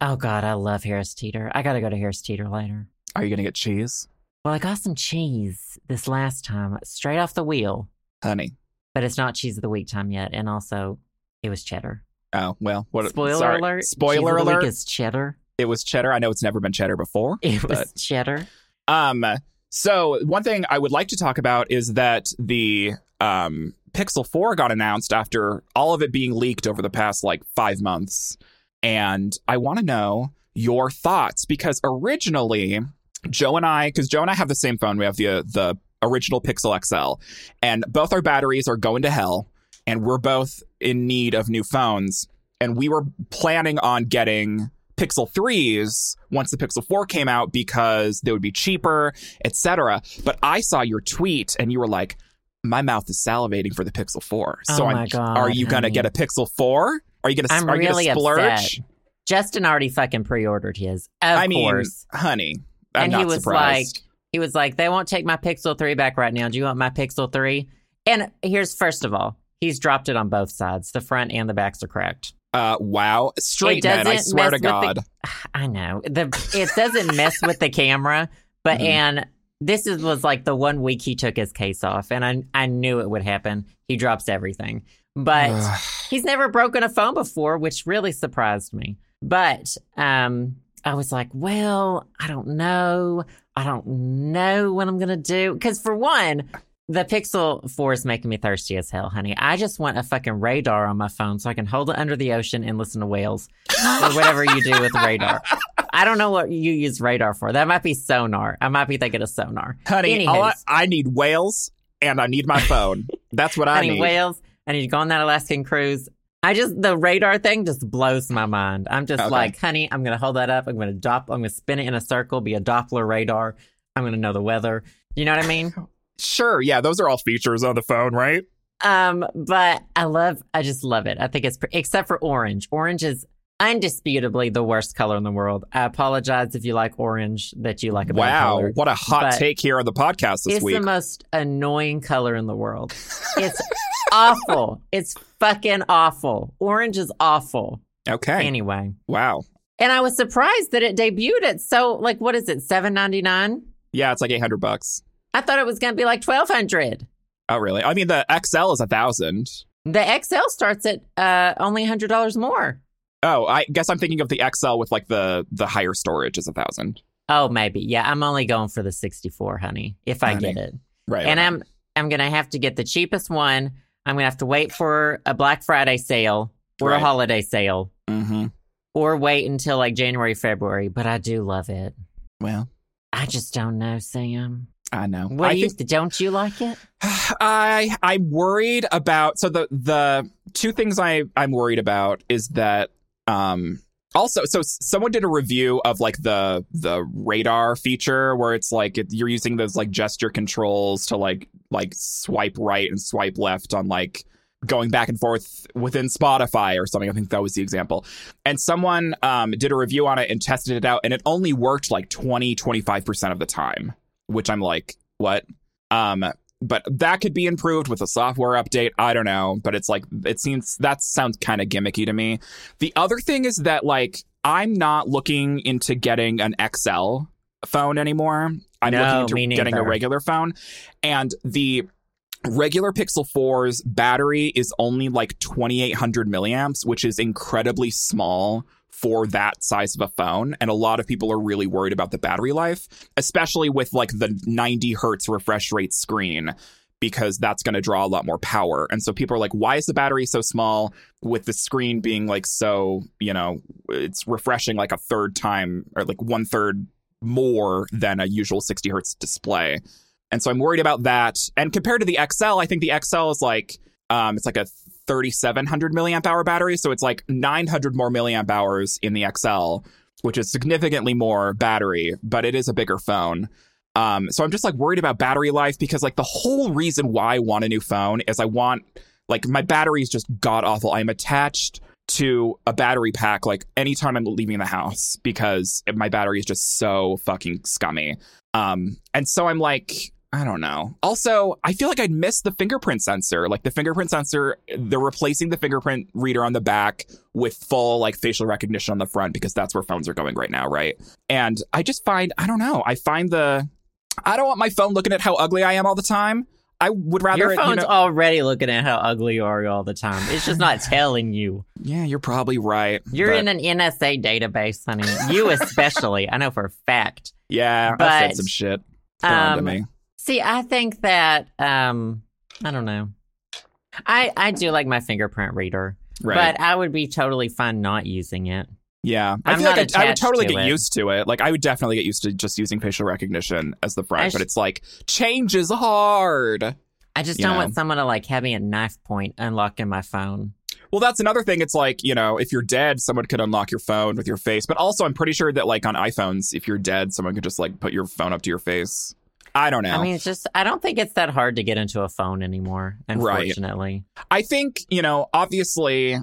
A: Oh God, I love Harris Teeter. I gotta go to Harris Teeter later.
B: Are you gonna get cheese,
A: Well, I got some cheese this last time, straight off the wheel,
B: honey?
A: but it's not cheese of the week time yet, and also it was cheddar.
B: Oh well, what?
A: Spoiler
B: sorry.
A: alert! cheese
B: Spoiler
A: of the
B: alert!
A: Week is cheddar.
B: it was cheddar. I know it's never been cheddar before.
A: It was
B: But-
A: cheddar.
B: Um. So one thing I would like to talk about is that the um Pixel Four got announced after all of it being leaked over the past like five months, and I want to know your thoughts because originally Joe and I, because Joe and I have the same phone, we have the the original Pixel XL, and both our batteries are going to hell, and we're both in need of new phones, and we were planning on getting Pixel 3s once the Pixel 4 came out because they would be cheaper, etc. But I saw your tweet and you were like, my mouth is salivating for the Pixel 4. So
A: oh
B: I'm,
A: my God!
B: are you going to
A: honey.
B: get a Pixel 4? Are you going to
A: I'm
B: are you
A: really
B: gonna splurge?
A: upset. Justin already fucking pre-ordered his. Of
B: I mean,
A: course.
B: honey, I'm
A: And
B: not
A: he was
B: surprised.
A: He was like, "They won't take my Pixel 3 back right now. Do you want my Pixel 3?" And here's first of all, he's dropped it on both sides. The front and the backs are cracked.
B: Uh, wow, straight men! I
A: doesn't
B: swear to
A: mess with
B: God,
A: the- I know. The it doesn't mess with the camera, but
B: Mhm.
A: and this is was like the one week he took his case off and I I knew it would happen. He drops everything. But He's never broken a phone before, which really surprised me. But um, I was like, well, I don't know. I don't know what I'm going to do. Because for one, the Pixel 4 is making me thirsty as hell, honey. I just want a fucking radar on my phone so I can hold it under the ocean and listen to whales or whatever you do with radar. I don't know what you use radar for. That might be sonar. I might be thinking of sonar.
B: honey, all I,
A: Anywho's.
B: I need whales and I need my phone. That's what I,
A: I need
B: need.
A: whales. I need to go on that Alaskan cruise. I just the radar thing just blows my mind. I'm just
B: Okay.
A: like, honey, I'm gonna hold that up. I'm gonna dop. I'm gonna spin it in a circle. Be a Doppler radar. I'm gonna know the weather. You know what I mean?
B: Sure, yeah, those are all features on the phone, right?
A: um, but I love. I just love it. I think it's pre- except for orange. Orange is undisputably the worst color in the world. I apologize if you like orange. That you like a bad
B: Wow,
A: color.
B: what a hot
A: But
B: take here on the podcast this
A: it's
B: week.
A: the most annoying color in the world. It's awful. It's fucking awful. Orange is awful.
B: okay,
A: Anyway.
B: wow,
A: And I was surprised that it debuted at so like what is it, seven ninety nine?
B: yeah, it's like eight hundred bucks.
A: I thought it was gonna be like twelve hundred.
B: Oh, really? I mean, the XL is a thousand.
A: The XL starts at uh only hundred dollars more.
B: Oh, I guess I'm thinking of the XL with like the the higher storage is a thousand.
A: Oh, maybe. Yeah, I'm only going for the sixty four, honey, if I
B: Honey.
A: get it.
B: Right.
A: And
B: right.
A: I'm I'm gonna have to get the cheapest one. I'm gonna have to wait for a Black Friday sale or
B: Right.
A: a holiday sale.
B: Mm-hmm.
A: Or wait until like January, February, but I do love it.
B: Well,
A: I just don't know, Sam.
B: I know.
A: What
B: I
A: do you
B: think-
A: don't you like it?
B: I I'm worried about so the the two things I I'm worried about is that um also so s- someone did a review of like the the radar feature where it's like it, you're using those like gesture controls to like like swipe right and swipe left on like going back and forth within Spotify or something I think that was the example and someone um did a review on it and tested it out and it only worked like 20 25% of the time which I'm like what um but that could be improved with a software update. I don't know, but it's like it seems that sounds kind of gimmicky to me. The other thing is that like I'm not looking into getting an XL phone anymore. I'm
A: No,
B: looking
A: me
B: into getting a
A: neither.
B: regular phone, and the regular Pixel 4's battery is only like 2800 milliamps, which is incredibly small for that size of a phone. And a lot of people are really worried about the battery life, especially with like the 90 hertz refresh rate screen, because that's going to draw a lot more power. And so people are like, why is the battery so small with the screen being like so, you know, it's refreshing like a third time or like one third more than a usual 60 hertz display. And so I'm worried about that. And compared to the XL, I think the XL is like, um, it's like a 3700 milliamp hour battery. So it's like 900 more milliamp hours in the XL, which is significantly more battery, but it is a bigger phone. Um, so I'm just like worried about battery life because like the whole reason why I want a new phone is I want like my battery is just god awful. I'm attached to a battery pack like anytime I'm leaving the house because my battery is just so fucking scummy. Um, and so I'm like, I don't know. Also, I feel like I'd miss the fingerprint sensor. Like the fingerprint sensor, they're replacing the fingerprint reader on the back with full like facial recognition on the front because that's where phones are going right now, right? And I just find, I don't know. I find the, I don't want my phone looking at how ugly I am all the time. I would rather
A: Your
B: it, you
A: phone's
B: know-
A: already looking at how ugly you are all the time. It's just not telling you.
B: yeah, you're probably right.
A: You're in
B: but-
A: an NSA database, honey. You especially. I know for a fact.
B: Yeah, I said
A: But,
B: some shit. Throw onto
A: um,
B: me.
A: See, I think that um I don't know. I I do like my fingerprint reader,
B: Right.
A: but I would be totally fine not using it.
B: yeah. I
A: I'm
B: feel
A: not
B: like I, I would
A: attached
B: totally
A: to
B: get
A: it.
B: used to it. Like I would definitely get used to just using facial recognition as the front,
A: I sh-
B: but it's like change is hard.
A: I just
B: You
A: don't
B: know.
A: want someone to like have me at knife point unlocking my phone.
B: Well, that's another thing. It's like, you know, if you're dead, someone could unlock your phone with your face. But also, I'm pretty sure that, like, on iPhones, if you're dead, someone could just, like, put your phone up to your face. I don't know.
A: I mean, it's just I don't think it's that hard to get into a phone anymore.
B: Right.
A: Unfortunately,
B: I think, you know, obviously,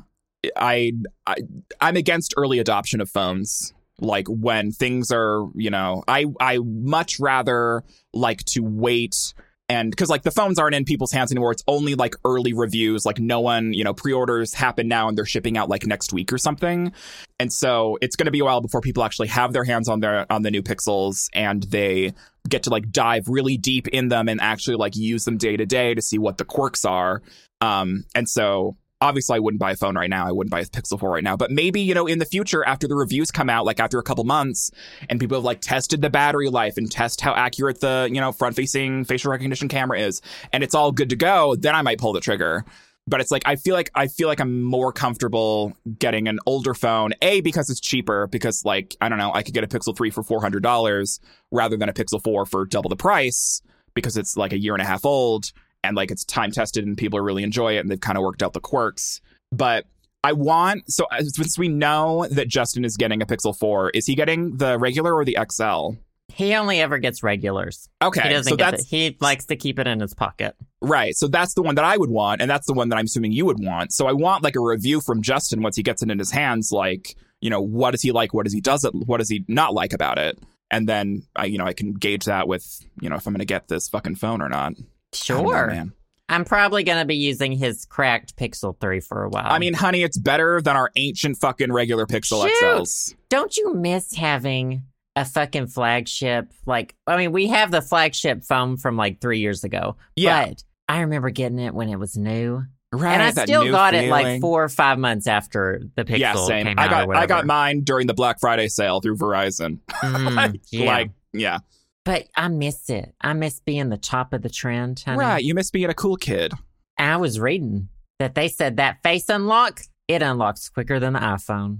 B: I, I I'm against early adoption of phones. Like when things are, you know, I I much rather like to wait and because like the phones aren't in people's hands anymore. It's only like early reviews. Like no one, you know, pre-orders happen now and they're shipping out like next week or something. And so it's going to be a while before people actually have their hands on their on the new pixels and they get to like dive really deep in them and actually like use them day to day to see what the quirks are. Um, and so obviously I wouldn't buy a phone right now. I wouldn't buy a Pixel 4 right now. But maybe, you know, in the future after the reviews come out, like after a couple months, and people have like tested the battery life and test how accurate the, you know, front facing facial recognition camera is, and it's all good to go, then I might pull the trigger. But it's like I feel like I feel like I'm more comfortable getting an older phone, A, because it's cheaper, because like, I don't know, I could get a Pixel 3 for four hundred dollars rather than a Pixel 4 for double the price, because it's like a year and a half old and like it's time tested and people really enjoy it and they've kind of worked out the quirks. But I want so uh, since we know that Justin is getting a Pixel 4, is he getting the regular or the XL?
A: he only ever gets regulars. he
B: Okay,
A: doesn't
B: so
A: get
B: that's
A: it. He likes to keep it in his pocket.
B: right. So that's the one that I would want, and that's the one that I'm assuming you would want. So I want like a review from Justin once he gets it in his hands, like you know what does he like, what does he doesn't, what does he not like about it, and then I you know I can gauge that with you know if I'm going to get this fucking phone or not. I don't know,
A: Sure.
B: man.
A: I'm probably going to be using his cracked Pixel 3 for a while.
B: I mean, honey, it's better than our ancient fucking regular Pixel
A: Um, Shoot.
B: XLs.
A: don't you miss having a fucking flagship? Like, I mean, we have the flagship phone from like three years ago.
B: Yeah.
A: But I remember getting it when it was new.
B: Right.
A: and I
B: that
A: still
B: new
A: got it
B: feeling.
A: like four or five months after the Pixel
B: yeah, same.
A: came
B: I
A: out.
B: got
A: or
B: I got
A: whatever.
B: mine during the Black Friday sale through Verizon.
A: Mm, yeah.
B: Like, yeah.
A: but I miss it. I miss being the top of the trend. Honey.
B: Right. You miss being a cool kid.
A: I was reading that they said that face unlock, it unlocks quicker than the iPhone.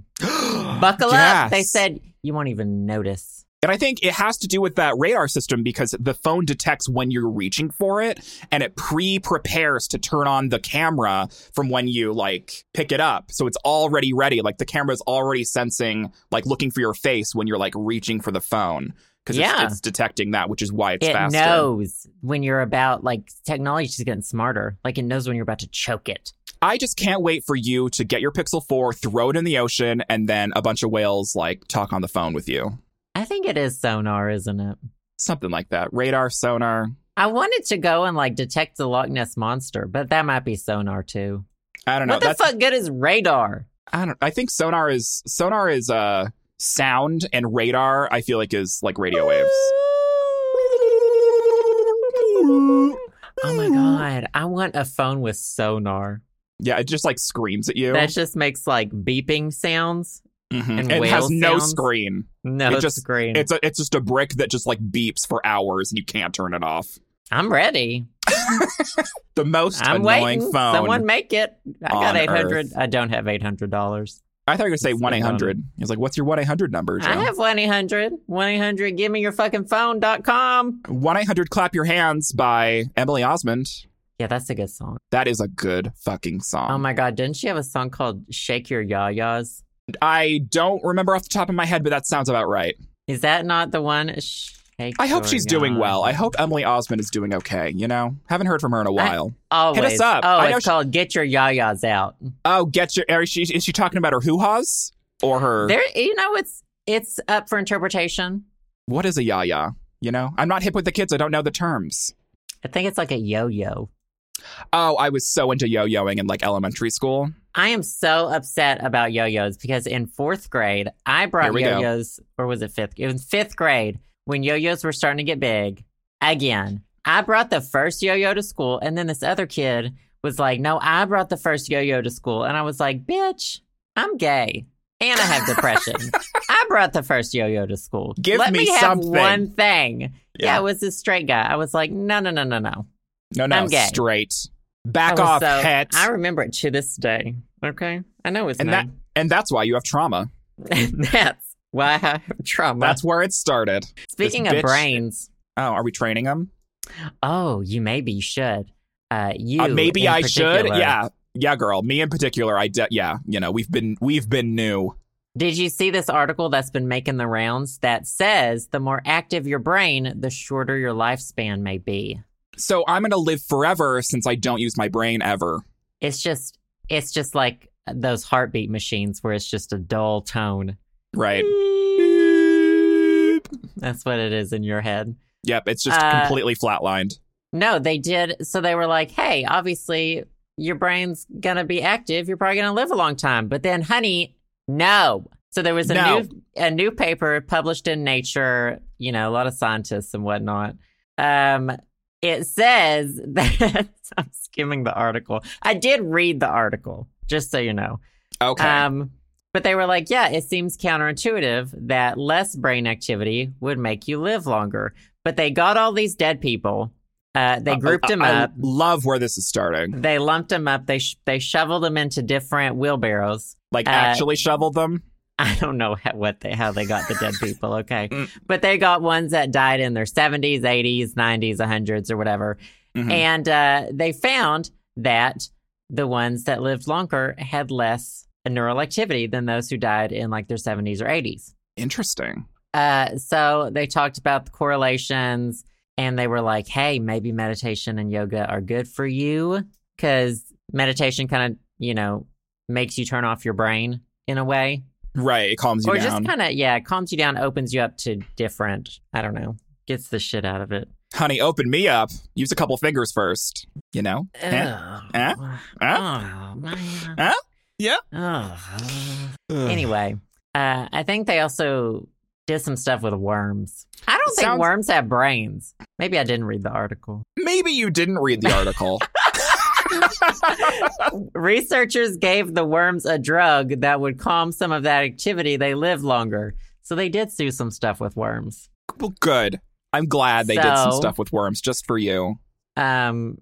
A: Buckle up. They
B: Yes.
A: said you won't even notice.
B: And I think it has to do with that radar system because the phone detects when you're reaching for it and it pre prepares to turn on the camera from when you like pick it up. So it's already ready. Like the camera's already sensing, like looking for your face when you're like reaching for the phone because
A: Yeah.
B: it's, it's detecting that, which is why it's
A: it
B: faster.
A: knows when you're about like technology's getting smarter. Like it knows when you're about to choke it.
B: I just can't wait for you to get your Pixel 4, throw it in the ocean, and then a bunch of whales like talk on the phone with you.
A: I think it is sonar, isn't it?
B: Something like that. Radar, sonar.
A: I wanted to go and like detect the Loch Ness monster, but that might be sonar too.
B: I don't know.
A: what the
B: That's
A: fuck good is radar?
B: I don't I think sonar is sonar is uh sound and radar I feel like is like radio waves.
A: Oh my god, I want a phone with sonar.
B: Yeah, it just like screams at you.
A: That just makes like beeping sounds
B: Mhm.
A: And
B: It has
A: whale
B: no
A: sounds?
B: screen.
A: No,
B: It
A: it's
B: just-
A: green.
B: It's a, it's just a brick that just like beeps for hours and you can't turn it off.
A: I'm ready.
B: The most
A: I'm
B: annoying
A: waiting.
B: phone.
A: Someone make it. I got
B: on
A: eight hundred.
B: Earth.
A: I don't have eight hundred dollars.
B: I thought you were gonna say
A: It's the
B: one eight hundred. He was like, "What's your one eight hundred number?"
A: I have one 800 one 800 Give me your fucking phone. dot com.
B: One eight hundred. Clap your hands by Emily Osmond.
A: Yeah, that's a good song.
B: That is a good fucking song.
A: oh my god, didn't she have a song called "Shake Your Yayas"?
B: I don't remember off the top of my head, but that sounds about right.
A: Is that not the one? Shake
B: I hope
A: your
B: she's doing
A: yas.
B: well. I hope Emily Osmond is doing okay. You know, haven't heard from her in a while.
A: Always.
B: us up.
A: Oh,
B: I know
A: it's
B: she-
A: called "Get Your Yayas Out."
B: oh, get your. Are she, is she talking about her hoo ha's or her?
A: There, you know, it's it's up for interpretation.
B: What is a ya ya? You know, I'm not hip with the kids. I don't know the terms.
A: I think it's like a yo-yo.
B: Oh, I was so into yo yoing in like elementary school.
A: I am so upset about yo-yos because in fourth grade, I
B: Here
A: brought
B: we go.
A: yo-yos, or was it fifth? It was fifth grade when yo-yos were starting to get big. Again, I brought the first yo-yo to school, and then this other kid was like, "No, I brought the first yo-yo to school," and I was like, "Bitch, I'm gay." And I have depression. I brought the first yo-yo to school.
B: Give
A: Let
B: me
A: me, have
B: something.
A: one thing. Yeah. it was this straight guy. I was like, no, no, no, no, no.
B: No, no,
A: I'm gay.
B: straight.
A: I
B: Back
A: was
B: off,
A: so-
B: pet.
A: I remember it to this day. Okay, I know his
B: And
A: name.
B: and that's why you have trauma.
A: That's why I have trauma.
B: That's where it started.
A: Speaking
B: this
A: of
B: bitch-
A: brains,
B: Oh, are we training them?
A: oh, you maybe you should. Uh, you
B: Uh, maybe
A: in
B: I should.
A: particular.
B: Yeah, yeah, girl. Me in particular. I de- yeah. You know, we've been we've been new.
A: Did you see this article that's been making the rounds that says the more active your brain, the shorter your lifespan may be?
B: So I'm gonna live forever since I don't use my brain ever.
A: It's just, it's just like those heartbeat machines where it's just a dull tone.
B: Right.
A: That's what it is in your head.
B: Yep. It's just
A: Uh,
B: completely flatlined.
A: No, they did. So they were like, hey, obviously your brain's going to be active. You're probably going to live a long time. But then, honey, no. So there was a
B: No.
A: new a new paper published in Nature, you know, a lot of scientists and whatnot. Um, it says that I'm skimming the article. I did read the article, just so you know.
B: Okay.
A: Um, but they were like, yeah, it seems counterintuitive that less brain activity would make you live longer. But they got all these dead people. Uh, they
B: I-
A: grouped
B: I-
A: them
B: I
A: up.
B: love where this is starting.
A: They lumped them up. They sh- they shoveled them into different wheelbarrows.
B: Like
A: Uh,
B: actually shoveled them.
A: I don't know how, what they, how they got the dead people. Okay,
B: Mm.
A: but they got ones that died in their seventies, eighties, nineties, hundreds, or whatever.
B: Mhm.
A: And uh, they found that the ones that lived longer had less neural activity than those who died in like their 70s or 80s.
B: Interesting.
A: Uh, so they talked about the correlations and they were like, hey, maybe meditation and yoga are good for you because meditation kind of, you know, makes you turn off your brain in a way.
B: Right. It calms you
A: Or
B: down.
A: just kind of, yeah, calms you down, opens you up to different, I don't know, gets the shit out of it.
B: Honey, open me up. Use a couple fingers first. You know? Eh? Eh?
A: Ugh.
B: Eh?
A: Oh, man.
B: Huh? Yeah.
A: Ugh.
B: Ugh.
A: Anyway, uh, I think they also did some stuff with worms. I don't think
B: Sounds-
A: worms have brains. Maybe I didn't read the article.
B: Maybe you didn't read the article.
A: Researchers gave the worms a drug that would calm some of that activity. They lived longer. So they did do some stuff with worms.
B: well, good. I'm glad they did some
A: So-
B: stuff with worms just for you.
A: Um,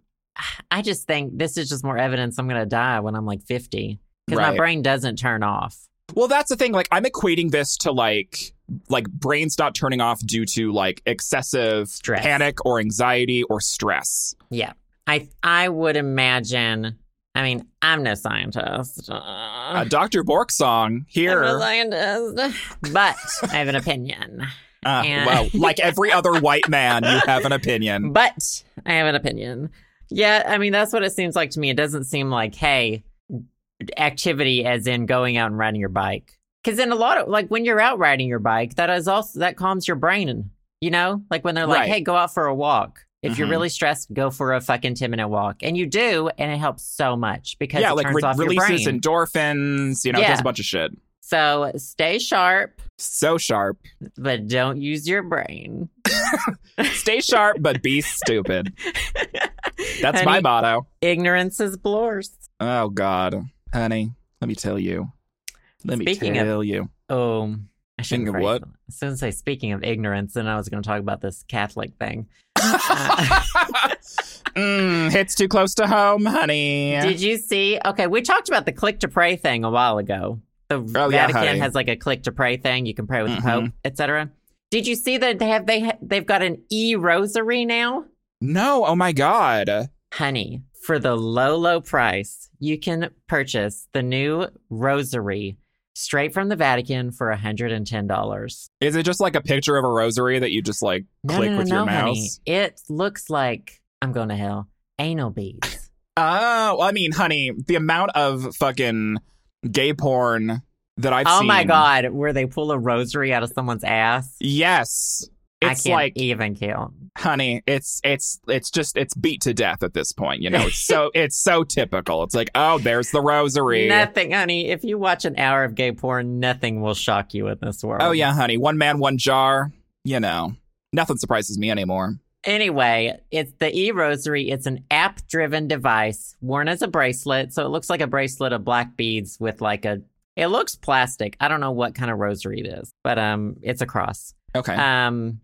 A: I just think this is just more evidence I'm going to die when I'm like 50 because
B: Right.
A: my brain doesn't turn off.
B: Well, that's the thing. Like, I'm equating this to like like brains not turning off due to like excessive
A: Stress.
B: panic or anxiety or stress.
A: I I would imagine. I mean, I'm no scientist.
B: Uh, Dr. Bork song here.
A: I'm a scientist, but I have an opinion.
B: Uh,
A: and-
B: well, like every other white man, you have an opinion.
A: But I have an opinion. Yeah, I mean that's what it seems like to me. It doesn't seem like hey, activity as in going out and riding your bike. Because in a lot of like when you're out riding your bike, that is also that calms your brain. You know, like when they're like,
B: Right.
A: hey, go out for a walk. If you're
B: Mhm.
A: really stressed, go for a fucking ten minute walk, and you do, and it helps so much because
B: Yeah,
A: it
B: like
A: turns
B: re-
A: off your
B: releases
A: brain.
B: endorphins, you know,
A: Yeah.
B: does a bunch of shit.
A: So stay sharp,
B: So sharp.
A: but don't use your brain.
B: Stay sharp, but be stupid. That's my
A: Honey,
B: motto.
A: Ignorance is bliss.
B: Oh God, honey, let me tell you. Let me
A: Speaking of-
B: tell you.
A: oh, I shouldn't
B: Speaking of
A: phrase
B: what?
A: it. I was going to say, speaking of ignorance, and I was going to talk about this Catholic thing. Uh,
B: mm, hits too close to home, honey.
A: Did you see? Okay, we talked about the click to pray thing a while ago. The
B: Oh, yeah,
A: Vatican
B: honey.
A: has like a click to pray thing. You can pray with
B: Mhm.
A: the Pope, etc. Did you see that they have they ha- they've got an e rosary now?
B: no, oh my god.
A: Honey, for the low low price, you can purchase the new rosary straight from the Vatican for $110.
B: Is it just like a picture of a rosary that you just like
A: No,
B: click
A: no, no,
B: with
A: no,
B: your
A: honey.
B: mouse?
A: It looks like I'm going to hell. Anal beads.
B: Oh, I mean, honey, the amount of fucking gay porn that I've
A: oh
B: seen.
A: my god, where they pull a rosary out of someone's ass.
B: Yes.
A: I
B: It's
A: can't
B: like
A: even count.
B: honey it's it's it's just it's beat to death at this point you know it's so it's so typical it's like oh there's the rosary
A: Nothing, honey. If you watch an hour of gay porn, nothing will shock you in this world.
B: oh yeah honey one man one jar you know nothing surprises me anymore
A: Anyway, it's the e rosary. It's an app driven device worn as a bracelet. So it looks like a bracelet of black beads with like a. It looks plastic. I don't know what kind of rosary it is, but um, it's a cross.
B: okay
A: Um,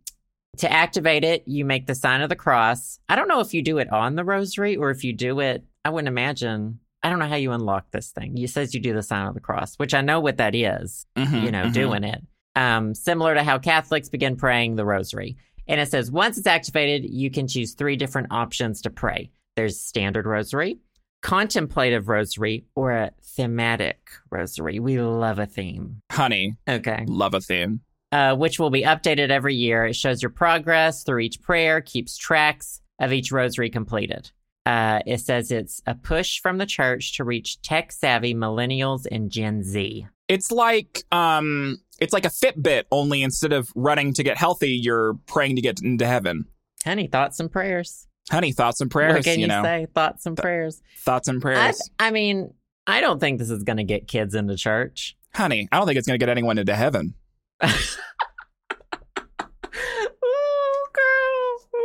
A: to activate it, you make the sign of the cross. I don't know if you do it on the rosary or if you do it. I wouldn't imagine. I don't know how you unlock this thing. You says you do the sign of the cross, which I know what that is.
B: Mhm,
A: you know,
B: mhm.
A: doing it. Um, similar to how Catholics begin praying the rosary. And it says once it's activated, you can choose three different options to pray there's standard rosary, contemplative rosary, or a thematic rosary. We love a theme.
B: honey
A: Okay.
B: love a theme
A: Uh, which will be updated every year. It shows your progress through each prayer, keeps tracks of each rosary completed. Uh, it says it's a push from the church to reach tech savvy millennials and Gen Z.
B: it's like um it's like a fitbit only instead of running to get healthy you're praying to get into heaven
A: Honey, thoughts and prayers.
B: honey thoughts and prayers
A: What can you,
B: know
A: say? Thoughts and prayers.
B: thoughts and
A: I,
B: prayers
A: I mean, I don't think this is going to get kids into church.
B: honey i don't think it's gonna get anyone into heaven
A: Ooh, girl.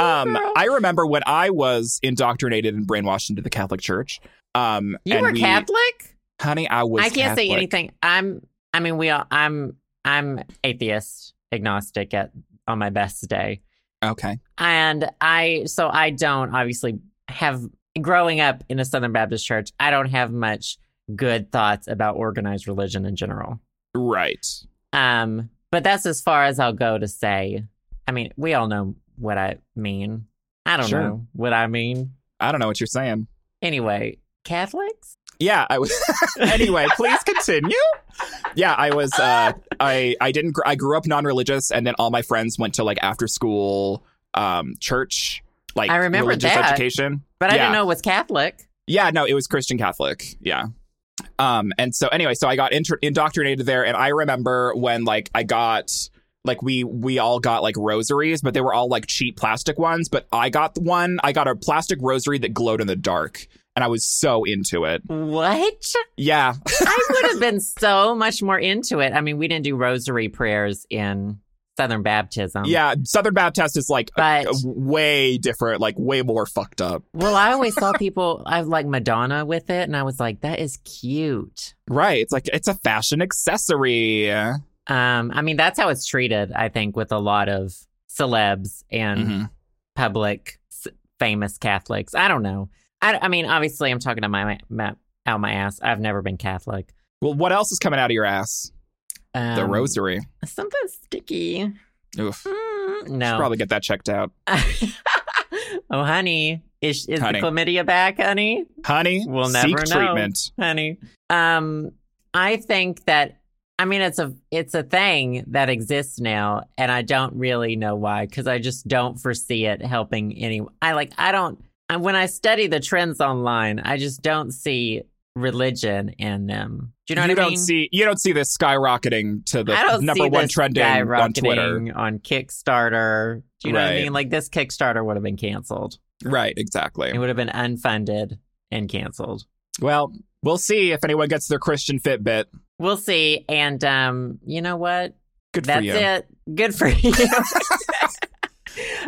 A: Ooh,
B: Um,
A: girl.
B: I remember when I was indoctrinated and brainwashed into the Catholic Church. Um,
A: you
B: and
A: were
B: we-
A: Catholic.
B: honey. I was.
A: I can't say
B: Catholic.
A: anything. I'm. I mean, we all. I'm. I'm atheist, agnostic at on my best day,
B: Okay.
A: and I. So I don't obviously have growing up in a Southern Baptist church. I don't have much good thoughts about organized religion in general.
B: Right.
A: Um, but that's as far as I'll go to say. I mean, we all know what I mean. I don't
B: Sure.
A: know what I mean.
B: I don't know what you're saying.
A: Anyway, Catholics?
B: Yeah. I was. anyway, please continue. Yeah, I was. Uh, I I didn't. Gr- I grew up non-religious, and then all my friends went to like after-school um church, like
A: I remember
B: religious
A: that.
B: education.
A: But I
B: Yeah.
A: didn't know it was Catholic.
B: Yeah, no, it was Christian Catholic. Yeah. Um, and so anyway, so I got inter- indoctrinated there, and I remember when like I got like we we all got like rosaries, but they were all like cheap plastic ones. But I got the one, I got a plastic rosary that glowed in the dark, and I was so into it.
A: What?
B: Yeah,
A: I would have been so much more into it. I mean, we didn't do rosary prayers in Southern Baptism.
B: yeah. Uh, Southern Baptist is like
A: But
B: way different, like way more fucked up.
A: well, I always saw people I like Madonna with it, and I was like, that is cute.
B: Right? It's like it's a fashion accessory.
A: Um, I mean, that's how it's treated, I think, with a lot of celebs and
B: Mhm.
A: public s- famous Catholics. I don't know. I, I mean, obviously, I'm talking to my, my, my out my ass. I've never been Catholic.
B: Well, what else is coming out of your ass?
A: Um,
B: The rosary.
A: something sticky.
B: Oof.
A: Mm,
B: Should
A: no,
B: probably get that checked out.
A: oh, honey, is is
B: Honey.
A: the chlamydia back, honey?
B: honey
A: We'll
B: seek
A: never know.
B: treatment
A: Honey, um, I think that I mean it's a it's a thing that exists now, and I don't really know why because I just don't foresee it helping any. I like I don't and when I study the trends online, I just don't see religion in them. Do you know what I
B: don't
A: mean?
B: see you don't see this skyrocketing to
A: I
B: the
A: don't
B: number
A: see
B: one
A: this
B: trending on Twitter.
A: skyrocketing on Kickstarter. Do you know what I
B: Right.
A: mean? Like this Kickstarter would have been canceled.
B: Right, exactly.
A: It would have been unfunded and canceled.
B: Well, we'll see if anyone gets their Christian Fitbit.
A: We'll see. And um, you know what?
B: Good for
A: That's
B: you.
A: it. Good for you.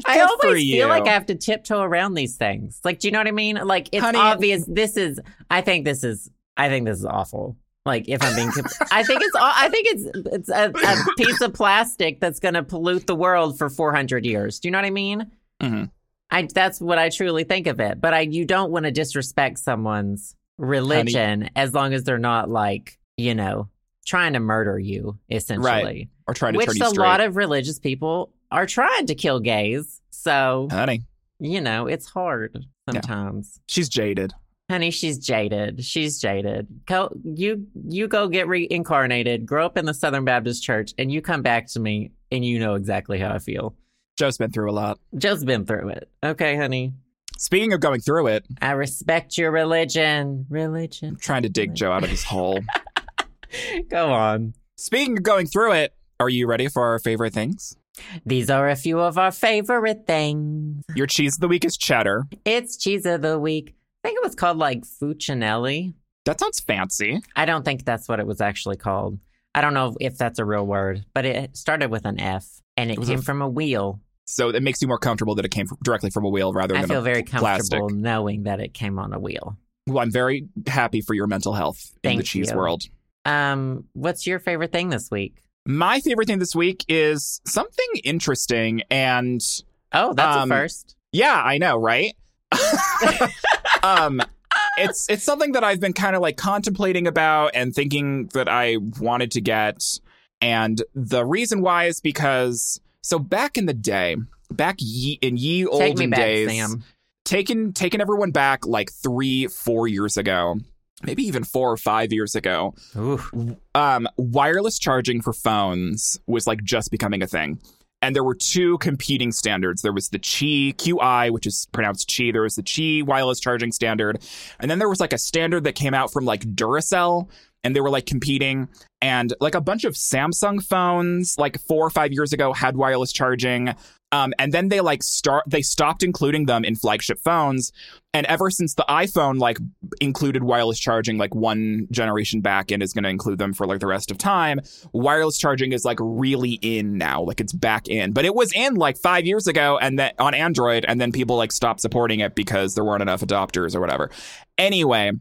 A: I
B: Good
A: always
B: for
A: feel
B: you.
A: like I have to tiptoe around these things. Like, do you know what I mean? Like, it's
B: Honey-
A: obvious. This is. I think this is. I think this is awful. Like if I'm being, comp- I think it's all, I think it's it's a, a piece of plastic that's going to pollute the world for 400 years. Do you know what I mean?
B: Mhm.
A: I that's what I truly think of it. But I you don't want to disrespect someone's religion as long as they're not like you know trying to murder you essentially,
B: or trying to
A: which
B: turn you
A: a
B: straight.
A: lot of religious people are trying to kill gays. So
B: Honey,
A: you know it's hard sometimes.
B: she's jaded.
A: Honey, she's jaded. She's jaded. Go, you you go get reincarnated, grow up in the Southern Baptist Church, and you come back to me, and you know exactly how I feel.
B: Joe's been through a lot.
A: Joe's been through it. Okay, honey.
B: Speaking of going through it,
A: I respect your religion. Religion.
B: I'm trying to dig Joe out of this hole.
A: Go on.
B: Speaking of going through it, are you ready for our favorite things?
A: These are a few of our favorite things.
B: Your cheese of the week is cheddar.
A: It's cheese of the week. I think it was called like Fucinelli.
B: That sounds fancy.
A: I don't think that's what it was actually called. I don't know if that's a real word, but it started with an F, and it,
B: It was a
A: came
B: f-
A: from a wheel.
B: So it makes you more comfortable that it came from, directly from a wheel rather
A: I
B: than
A: feel
B: a
A: very
B: plastic.
A: comfortable knowing that it came on a wheel.
B: Well, I'm very happy for your mental health in the
A: Thank
B: cheese
A: you.
B: world.
A: Um, what's your favorite thing this week?
B: My favorite thing this week is something interesting and
A: Oh, that's
B: Um,
A: a first.
B: yeah, I know, right? um it's it's something that I've been kind of like contemplating about and thinking that I wanted to get and the reason why is because so back in the day, back ye, in ye olden
A: Take me back,
B: days,
A: Sam.
B: taken taken everyone back like 3 4 years ago, maybe even 4 or 5 years ago.
A: Ooh,
B: um, wireless charging for phones was like just becoming a thing. And there were two competing standards. There was the Qi QI, which is pronounced Qi. There was the Qi wireless charging standard, and then there was like a standard that came out from like Duracell, and they were like competing. And like a bunch of Samsung phones, like four or five years ago, had wireless charging. Um, and then they like start they stopped including them in flagship phones. And ever since the iPhone like included wireless charging like one generation back and is going to include them for like the rest of time. Wireless charging is like really in now, like it's back in, but it was in like five years ago and that on Android, and then people like stopped supporting it because there weren't enough adopters or whatever. Anyway.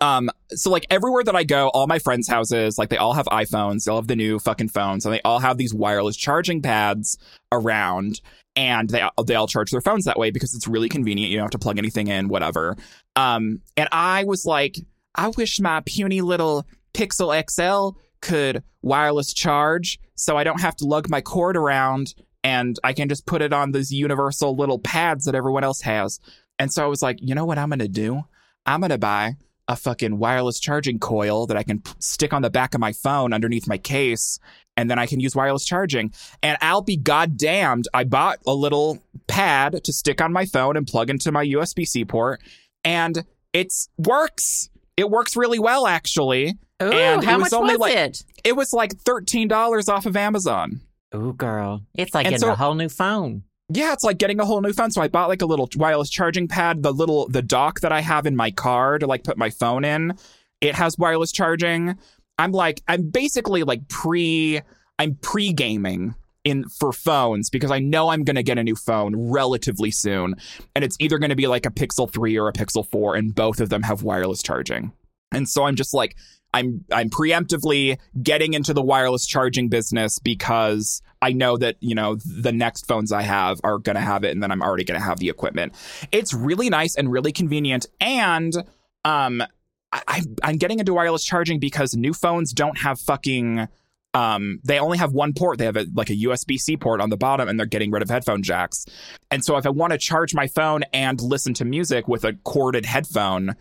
B: Um, so like everywhere that I go, all my friends' houses, like they all have iPhones, they all have the new fucking phones, and they all have these wireless charging pads around, and they they all charge their phones that way because it's really convenient. You don't have to plug anything in, whatever. Um, and I was like, I wish my puny little Pixel XL could wireless charge so I don't have to lug my cord around and I can just put it on those universal little pads that everyone else has. And so I was like, you know what I'm going to do? I'm going to buy a fucking wireless charging coil that I can p- stick on the back of my phone underneath my case and then I can use wireless charging. And I'll be goddamned, I bought a little pad to stick on my phone and plug into my USB C port and it's works. It works really well, actually.
A: Ooh,
B: and it
A: how much
B: was only
A: was
B: like-
A: it?
B: It was like thirteen dollars off of Amazon.
A: Ooh, girl, it's like
B: And
A: getting
B: so-
A: a whole new phone.
B: Yeah, it's like getting a whole new phone. So I bought like a little wireless charging pad, the little the dock that I have in my car to like put my phone in. It has wireless charging. I'm like I'm basically like pre I'm pre gaming in for phones because I know I'm gonna get a new phone relatively soon. And it's either gonna be like a Pixel 3 or a Pixel 4, and both of them have wireless charging. And so I'm just like I'm I'm preemptively getting into the wireless charging business because I know that you know the next phones I have are going to have it, and then I'm already going to have the equipment. It's really nice and really convenient, and um, I, I'm- I'm getting into wireless charging because new phones don't have fucking. Um, they only have one port. They have a, like a USB C port on the bottom, and they're getting rid of headphone jacks. And so, if I want to charge my phone and listen to music with a corded headphone,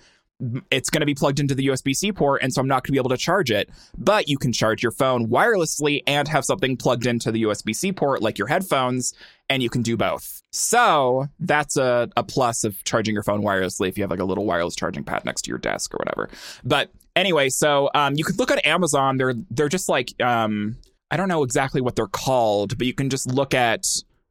B: it's going to be plugged into the USB C port, and so I'm not going to be able to charge it. But you can charge your phone wirelessly and have something plugged into the USB C port, like your headphones, and you can do both. So that's a, a plus of charging your phone wirelessly if you have like a little wireless charging pad next to your desk or whatever. But anyway, so um, you could look on Amazon. They're they're just like um, I don't know exactly what they're called, but you can just look at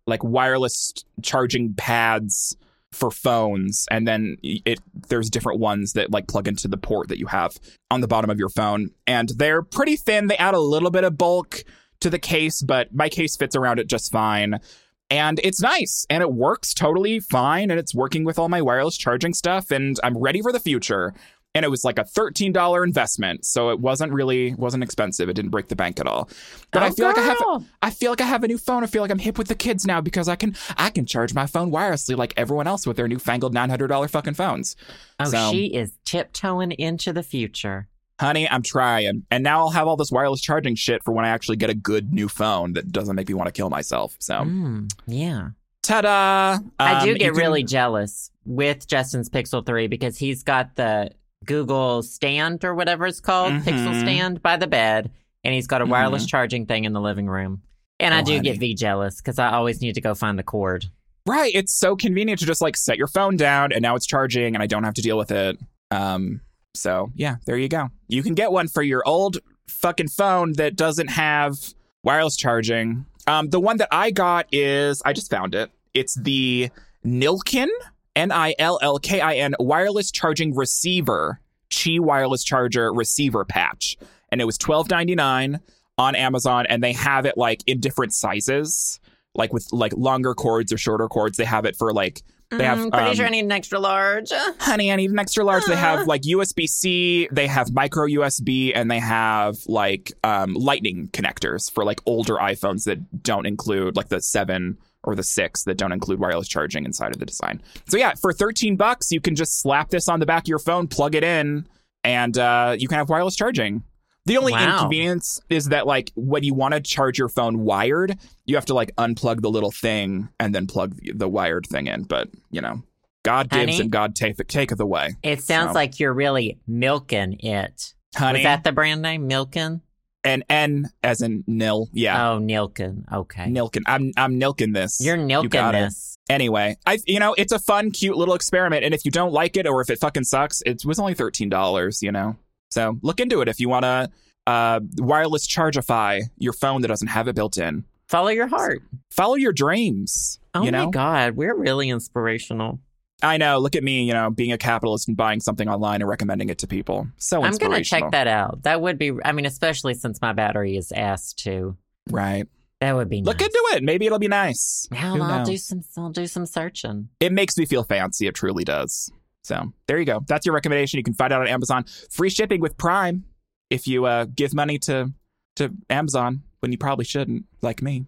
B: like wireless charging pads for phones and then it there's different ones that like plug into the port that you have on the bottom of your phone and they're pretty thin they add a little bit of bulk to the case but my case fits around it just fine and it's nice and it works totally fine and it's working with all my wireless charging stuff and I'm ready for the future and it was like a $13 investment so it wasn't really wasn't expensive it didn't break the bank at all but
A: Oh,
B: i feel like i have
A: girl.
B: i feel like i have a new phone i feel like i'm hip with the kids now because i can i can charge my phone wirelessly like everyone else with their newfangled $900 fucking phones
A: Oh,
B: So-
A: she is tiptoeing into the future.
B: honey i'm trying and now i'll have all this wireless charging shit for when i actually get a good new phone that doesn't make me want to kill myself so
A: Mm, yeah.
B: ta-da
A: I do
B: Um, you
A: get
B: can-
A: really jealous with Justin's Pixel 3 because he's got the Google stand or whatever it's called, Pixel
B: Mhm.
A: stand by the bed, and he's got a wireless charging thing in the living room. And I
B: Mm-hmm. Oh,
A: do
B: honey.
A: get V jealous because I always need to go find the cord.
B: Right. It's so convenient to just like set your phone down and now it's charging and I don't have to deal with it. Um so yeah, there you go. You can get one for your old fucking phone that doesn't have wireless charging. Um the one that I got is I just found it. It's the Nilkin N I L L K I N wireless charging receiver, Qi wireless charger receiver patch. And it was $12.99 on Amazon and they have it like in different sizes like with like longer cords or shorter cords. They have it for like They have,
A: Mm, pretty
B: um,
A: sure I need an extra large.
B: honey, I need an extra large. They
A: Ah.
B: have like USB C, they have micro USB, and they have like um, lightning connectors for like older iPhones that don't include like the seven or the six that don't include wireless charging inside of the design. So yeah, for thirteen bucks, you can just slap this on the back of your phone, plug it in, and uh, you can have wireless charging. The only
A: Wow.
B: inconvenience is that like when you want to charge your phone wired, you have to like unplug the little thing and then plug the, the wired thing in. But you know, God gives
A: Honey?
B: and God taketh taketh away,
A: It sounds
B: so-
A: like you're really milking it.
B: honey.
A: Was that the brand name? Milkin?
B: and N as in nil, yeah,
A: Oh, Nilkin. Okay.
B: nilkin. I'm I'm nilkin this.
A: You're milking
B: got it.
A: this.
B: anyway, I you know it's a fun, cute little experiment, and if you don't like it or if it fucking sucks, it was only thirteen dollars, you know. So look into it if you want to uh, wireless chargeify your phone that doesn't have it built in.
A: Follow your heart.
B: Follow your dreams.
A: Oh
B: you know,
A: my God, we're really inspirational.
B: I know. Look at me, you know, being a capitalist and buying something online and recommending it to people. So
A: I'm gonna
B: inspirational.
A: check that out. That would be, I mean, especially since my battery is ass too.
B: Right.
A: That would be
B: Look
A: nice.
B: into it. Maybe it'll be nice.
A: Now
B: Who
A: I'll
B: knows?
A: do some. I'll do some searching.
B: it makes me feel fancy. It truly does. So there you go. That's your recommendation. You can find out on Amazon. Free shipping with Prime if you uh, give money to to Amazon when you probably shouldn't, like me.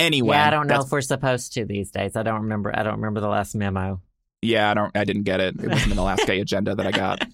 B: Anyway,
A: yeah, I don't know
B: that's-
A: if we're supposed to these days. I don't remember. I don't remember the last memo.
B: Yeah, I don't. I didn't get it. It wasn't an Alaska agenda that I got.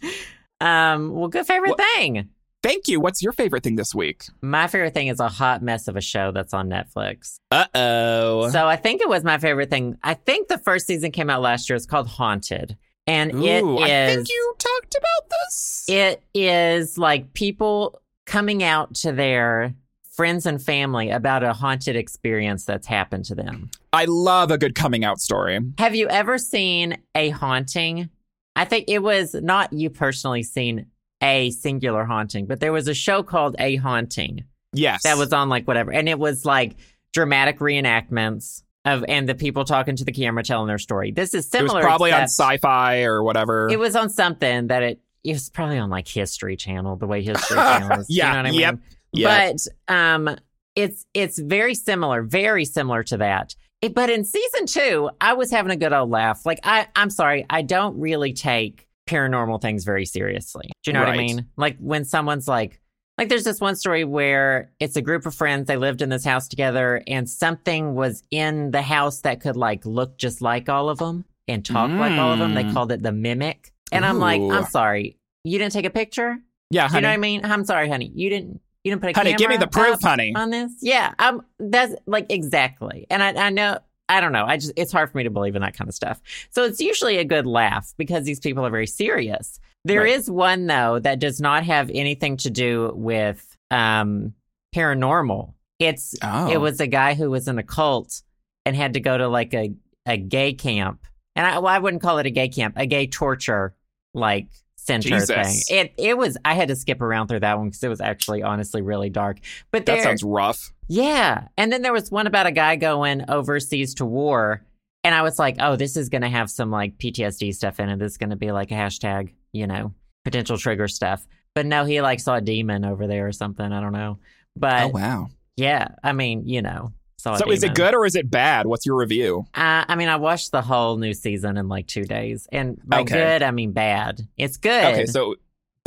A: um. Well, good favorite
B: What-
A: thing.
B: Thank you. What's your favorite thing this week?
A: My favorite thing is a hot mess of a show that's on Netflix.
B: Uh oh.
A: So I think it was my favorite thing. I think the first season came out last year. It's called Haunted, and it
B: Ooh,
A: is.
B: I think you talked about this.
A: It is like people coming out to their friends and family about a haunted experience that's happened to them.
B: I love a good coming out story.
A: Have you ever seen a haunting? I think it was not you personally seen a singular haunting, but there was a show called A Haunting
B: Yes,
A: that was on like whatever. And it was like dramatic reenactments of and the people talking to the camera telling their story. This is
B: It was
A: similar.
B: probably on
A: except-
B: sci-fi or whatever.
A: It was on something that it it was probably on like History Channel, the way History Channel is.
B: Yeah,
A: You know what I
B: yep,
A: mean?
B: yeah.
A: But um it's it's very similar, very similar to that. It- but in season two, I was having a good old laugh. Like I I'm sorry, I don't really take paranormal things very seriously. Do you know what I
B: Right.
A: mean? Like when someone's like like there's this one story where it's a group of friends, they lived in this house together and something was in the house that could like look just like all of them and talk like all of them. They
B: Mm.
A: called it the mimic. And I'm like,
B: Ooh.
A: I'm sorry. You didn't take a picture?
B: yeah,
A: Do you
B: honey.
A: know what I mean? um, I'm sorry, honey. You didn't. You didn't put a
B: honey, give me the
A: camera
B: proof,
A: up
B: honey.
A: on this. Yeah, um, that's like exactly. And I, I know. I don't know. I just it's hard for me to believe in that kind of stuff. So it's usually a good laugh because these people are very serious. There
B: Right.
A: is one though that does not have anything to do with um paranormal. It's
B: oh.
A: it was a guy who was in a cult and had to go to like a, a gay camp. And I, well, I wouldn't call it a gay camp, a gay torture like center
B: Jesus.
A: thing. It it was. I had to skip around through that one because it was actually honestly really dark. But
B: That
A: there,
B: sounds rough.
A: yeah. And then there was one about a guy going overseas to war, and I was like, oh, this is going to have some like PTSD stuff in it. This is going to be like a hashtag, you know, potential trigger stuff. But no, he like saw a demon over there or something. I don't know. But Oh,
B: oh wow.
A: yeah, I mean, you know. saw a
B: So is it
A: demon.
B: good or is it bad? What's your review?
A: Uh, I mean, I watched the whole new season in like two days, and by
B: Okay.
A: good, I mean bad. It's good.
B: Okay, so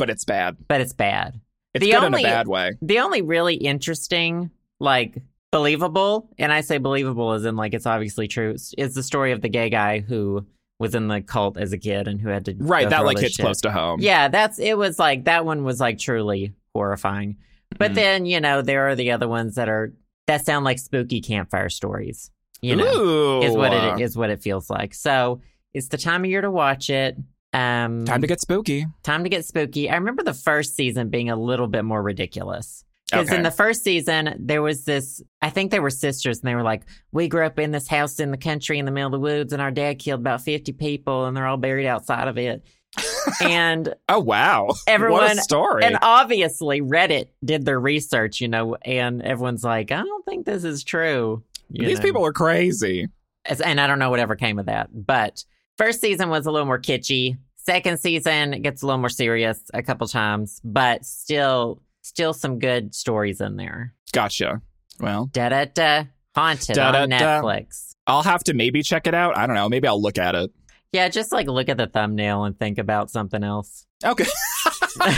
B: but it's bad.
A: but it's bad.
B: It's
A: The
B: good
A: only-
B: in a bad way.
A: The only really interesting, like believable, and I say believable as in like it's obviously true, s- is the story of the gay guy who was in the cult as a kid and who had to go
B: Right,
A: through
B: that
A: all
B: like
A: this
B: hits
A: shit.
B: close to home.
A: Yeah, that's it was like that one was like truly horrifying. But
B: Mm.
A: then, you know, there are the other ones that are that sound like spooky campfire stories. You know
B: Ooh.
A: is what it is what it feels like. So it's the time of year to watch it. Um
B: Time to get spooky.
A: time to get spooky. I remember the first season being a little bit more ridiculous. Because
B: Okay.
A: in the first season, there was this, I think they were sisters, and they were like, We grew up in this house in the country in the middle of the woods, and our dad killed about 50 people, and they're all buried outside of it. and
B: Oh wow. what
A: everyone,
B: a story.
A: and obviously, Reddit did their research, you know, and everyone's like, I don't think this is true. you
B: These
A: know?
B: people are crazy.
A: As- and I don't know whatever came of that. But first season was a little more kitschy. Second season it gets a little more serious a couple times, but still, still some good stories in there.
B: Gotcha. Well,
A: Da da da, haunted on
B: Da-da-da.
A: Netflix.
B: I'll have to maybe check it out. I don't know. Maybe I'll look at it.
A: Yeah, just like look at the thumbnail and think about something else.
B: Okay.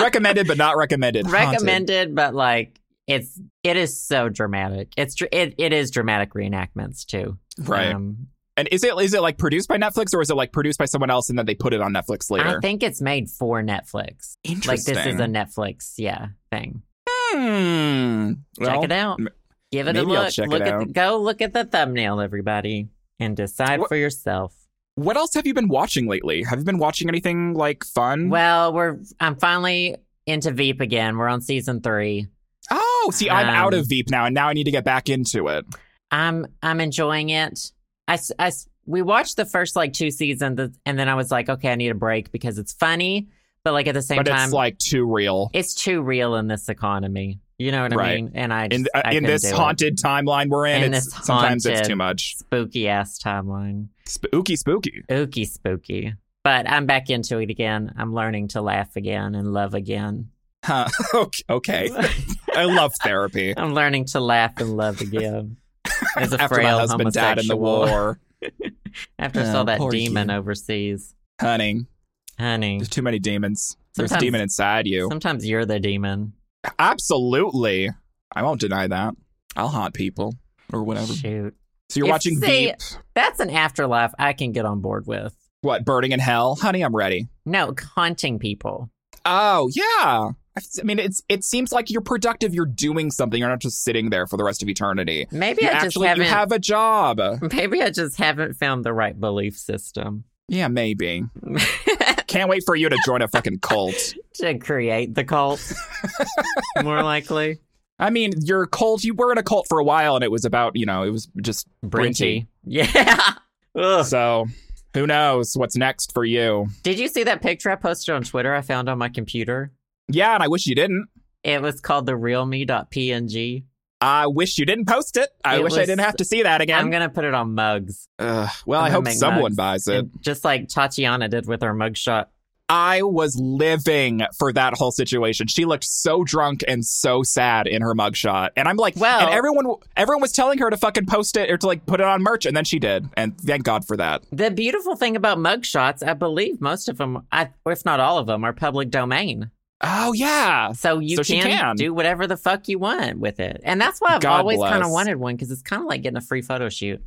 B: recommended, but not recommended. Haunted.
A: Recommended, but like it's it is so dramatic. It's dr- it it is dramatic reenactments too.
B: Right.
A: Um,
B: and is it is it like produced by Netflix or is it like produced by someone else and then they put it on Netflix later?
A: I think it's made for Netflix. Like
B: Interesting.
A: this is a Netflix yeah thing.
B: Hmm.
A: check
B: Well,
A: it out.
B: m-
A: Give it a
B: maybe
A: look.
B: I'll check it
A: look at the,
B: out.
A: go look at the thumbnail, everybody, and decide
B: What-
A: for yourself.
B: What else have you been watching lately? Have you been watching anything like fun?
A: Well, we're I'm finally into Veep again. We're on season three.
B: oh, see, I'm
A: um,
B: out of Veep now, and now I need to get back into it.
A: I'm I'm enjoying it. I, s- I s- we watched the first like two seasons, th- and then I was like, okay, I need a break because it's funny, but like at the same
B: But
A: time,
B: it's like too real.
A: it's too real in this economy. You know what I
B: Right.
A: mean? And I
B: in
A: just, I
B: in
A: couldn't
B: this
A: do it.
B: haunted timeline we're in,
A: In
B: it's
A: this
B: sometimes it's
A: haunted-
B: too much.
A: spooky ass timeline.
B: Spooky, spooky.
A: Ooky spooky. But I'm back into it again. I'm learning to laugh again and love again.
B: Huh. Okay. okay. I love therapy.
A: I'm learning to laugh and love again. As a
B: After
A: frail
B: my husband died in the
A: homosexual.
B: war,
A: After I
B: Oh,
A: saw that
B: poor
A: demon
B: you.
A: overseas.
B: honey,
A: Honey.
B: there's too many demons. there's a
A: Sometimes-
B: demon inside you.
A: Sometimes you're the demon.
B: Absolutely. I won't deny that. I'll haunt people or whatever.
A: Shoot.
B: So you're
A: If-
B: watching
A: see-
B: Veep.
A: That's an afterlife I can get on board with.
B: What, burning in hell? Honey, I'm ready.
A: No, haunting people.
B: Oh, yeah. I I mean, it's it seems like you're productive. You're doing something. You're not just sitting there for the rest of eternity.
A: Maybe
B: you
A: I just
B: actually you
A: haven't
B: have a job.
A: maybe I just haven't found the right belief system
B: Yeah, maybe. Can't wait for you to join a fucking cult.
A: to create the cult. More likely.
B: I mean, your cult. You were in a cult for a while, and it was about you know, it was just
A: Brinty. Yeah. Ugh.
B: so. Who knows what's next for you?
A: Did you see that picture I posted on Twitter I found on my computer?
B: Yeah, and I wish you didn't.
A: It was called the realme.png.
B: I wish you didn't post it. I
A: It
B: wish I
A: was-
B: didn't have to see that
A: I'm
B: again.
A: going to put it on mugs.
B: Ugh, well,
A: I'm
B: I
A: gonna
B: hope
A: make
B: someone
A: mugs
B: buys it.
A: And just like Tatiana did with her mugshot.
B: I was living for that whole situation. She looked so drunk and so sad in her mugshot, and I'm like,
A: Well-
B: and everyone, everyone was telling her to fucking post it or to like put it on merch, and then she did, and thank God for that.
A: The beautiful thing about mugshots, I believe most of them, I, if not all of them, are public domain.
B: Oh yeah,
A: So you
B: So she
A: can,
B: can.
A: do whatever the fuck you want with it. And that's why I've
B: God
A: always
B: bless.
A: kind of wanted one because it's kind of like getting a free photo shoot.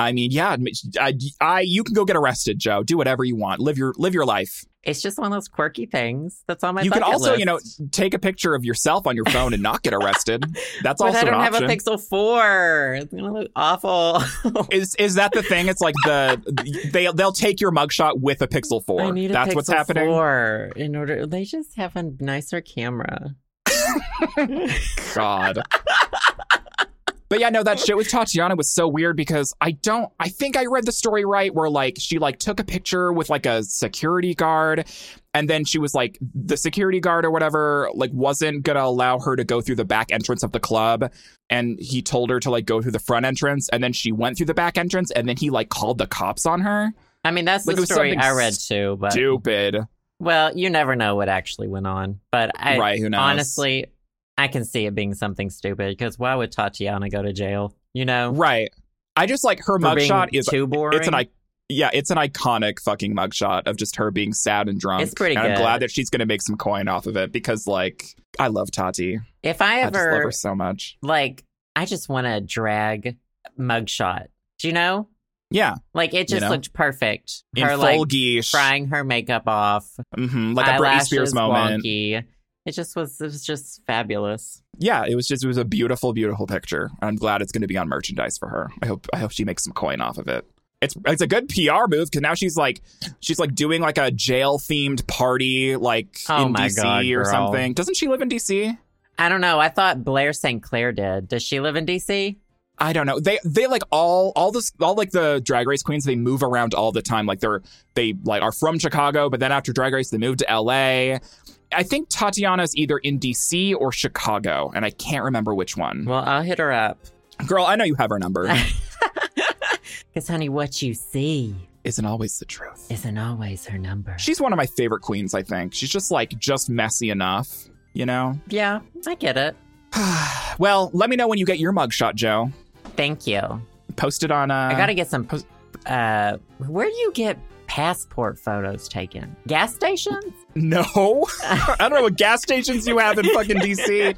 B: I mean, yeah, I, I, you can go get arrested, Joe. Do whatever you want. Live your, live your life.
A: It's just one of those quirky things that's on my
B: you can
A: bucket
B: also,
A: list.
B: you know, take a picture of yourself on your phone and not get arrested. That's
A: but
B: also
A: I don't
B: an
A: have
B: option.
A: a Pixel 4. It's going to look awful.
B: is is that the thing? It's like the they they'll take your mugshot with a Pixel Four.
A: I need a
B: That's
A: Pixel
B: what's happening.
A: 4 in order, they just have a nicer camera.
B: God. but yeah, no, that shit with Tatiana was so weird because I don't. I think I read the story right, where like she like took a picture with like a security guard, and then she was like the security guard or whatever like wasn't gonna allow her to go through the back entrance of the club, and he told her to like go through the front entrance, and then she went through the back entrance, and then he like called the cops on her.
A: I mean, that's
B: Like, it
A: the
B: was
A: story
B: something
A: I read too, but
B: Stupid.
A: well, you never know what actually went on. But I
B: right? Who knows?
A: honestly, I can see it being something stupid because why would Tatiana go to jail? You know,
B: right. I just like her
A: for being
B: mugshot is
A: too boring.
B: It's an i- yeah, it's an iconic fucking mugshot of just her being sad and drunk.
A: It's pretty
B: and I'm
A: good.
B: glad that she's going to make some coin off of it because, like, I love Tati.
A: If I
B: I just love
A: ever
B: her so much.
A: like, I just want to drag mugshot. Do you know?
B: Yeah,
A: Like it
B: You
A: just
B: know?
A: looked perfect.
B: in
A: her
B: full
A: like
B: geesh.
A: frying her makeup off,
B: Mhm, like a Britney
A: eyelashes
B: Spears moment.
A: wonky. It just was. It was just fabulous.
B: Yeah, it was just it was a beautiful, beautiful picture. I'm glad it's going to be on merchandise for her. I hope I hope she makes some coin off of it. It's it's a good PR move because now she's like she's like doing like a jail themed party like
A: Oh
B: in
A: my
B: DC
A: God,
B: or
A: girl.
B: something. Doesn't she live in DC?
A: I don't know. I thought Blair St. Clair did. Does she live in DC?
B: I don't know. They they like all all this all like the drag race queens. They move around all the time. Like they're they like are from Chicago, but then after drag race, they moved to L.A. I think Tatiana's either in D.C. or Chicago, and I can't remember which one.
A: Well, I'll hit her up.
B: Girl, I know you have her number.
A: Because, honey, what you see
B: Isn't always the truth.
A: isn't always her number.
B: She's one of my favorite queens. I think she's just like just messy enough. You know.
A: Yeah, I get it.
B: Well, let me know when you get your mugshot, Joe.
A: Thank you.
B: Post it on. Uh,
A: I gotta get some.
B: pos-
A: Uh, where do you get passport photos taken? Gas stations?
B: No, I don't know what gas stations you have in fucking DC.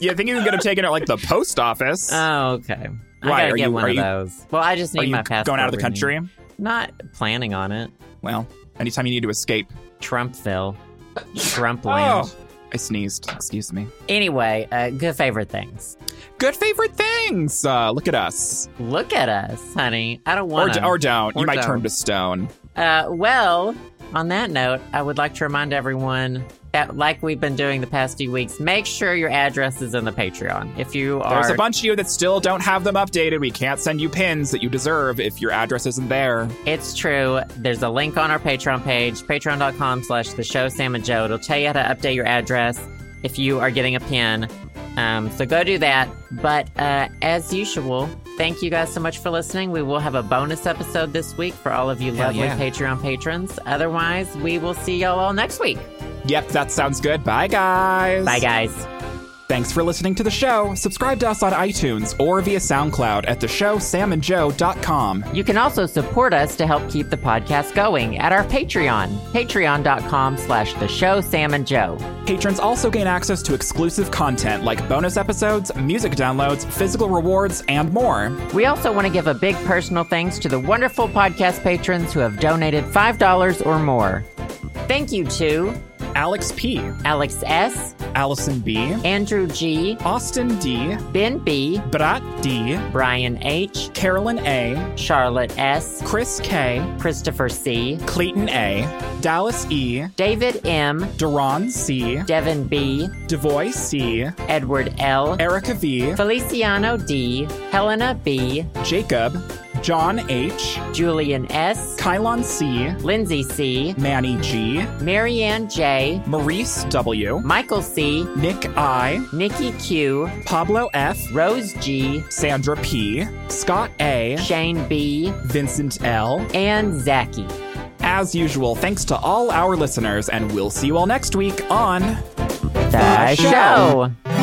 B: You think you can get them taken at like the post office?
A: Oh, okay. I
B: Why,
A: gotta
B: are
A: get
B: you-
A: one
B: are
A: of
B: you-
A: those. Well, I just
B: Are
A: need
B: you
A: my passport.
B: going out of the
A: renewed.
B: country?
A: Not planning on it.
B: Well, anytime you need to escape.
A: Trumpville, Trumpland.
B: Oh, I sneezed. Excuse me.
A: Anyway, uh, good favorite things.
B: Good favorite things. Uh, look at us.
A: Look at us, honey. I don't
B: Or,
A: want
B: d-
A: to.
B: or don't.
A: Or
B: you might
A: don't.
B: turn to stone.
A: Uh, well, on that note, I would like to remind everyone that, like we've been doing the past few weeks, make sure your address is in the Patreon. If you
B: There's
A: are,
B: a bunch of you that still don't have them updated. We can't send you pins that you deserve if your address isn't there.
A: it's true. There's a link on our Patreon page, patreon.com slash the show Sam and Joe. It'll tell you how to update your address if you are getting a pin. Um, so go do that. But uh, as usual, thank you guys so much for listening. We will have a bonus episode this week for all of you
B: Hell
A: lovely
B: yeah.
A: Patreon patrons. Otherwise, we will see y'all all next week.
B: Yep, that sounds good. Bye, guys.
A: Bye, guys.
B: Thanks for listening to the show. Subscribe to us on iTunes or via SoundCloud at theshowsamandjoe.com.
A: You can also support us to help keep the podcast going at our Patreon, patreon.com slash the show Sam and Joe.
B: Patrons also gain access to exclusive content like bonus episodes, music downloads, physical rewards, and more.
A: We also want to give a big personal thanks to the wonderful podcast patrons who have donated $5 or more. Thank you to
B: Alex P.,
A: Alex S.,
B: Allison B.,
A: Andrew G.,
B: Austin D.,
A: Ben B.,
B: Brat D.,
A: Brian H.,
B: Carolyn A.,
A: Charlotte S.,
B: Chris K.,
A: Christopher C.,
B: Clayton A., Dallas E.,
A: David M.,
B: Duran C.,
A: Devin B.,
B: Devoy C.,
A: Edward L.,
B: Erica V.,
A: Feliciano D., Helena B.,
B: Jacob, John H.,
A: Julian S.,
B: Kylon C.,
A: Lindsay C.,
B: Manny G.,
A: Marianne J.,
B: Maurice W.,
A: Michael C.,
B: Nick I,
A: Nikki Q,
B: Pablo F,
A: Rose G,
B: Sandra P, Scott A,
A: Shane B,
B: Vincent L.
A: and Zachy.
B: As usual, thanks to all our listeners, and we'll see you all next week on
A: The
B: show.
A: show.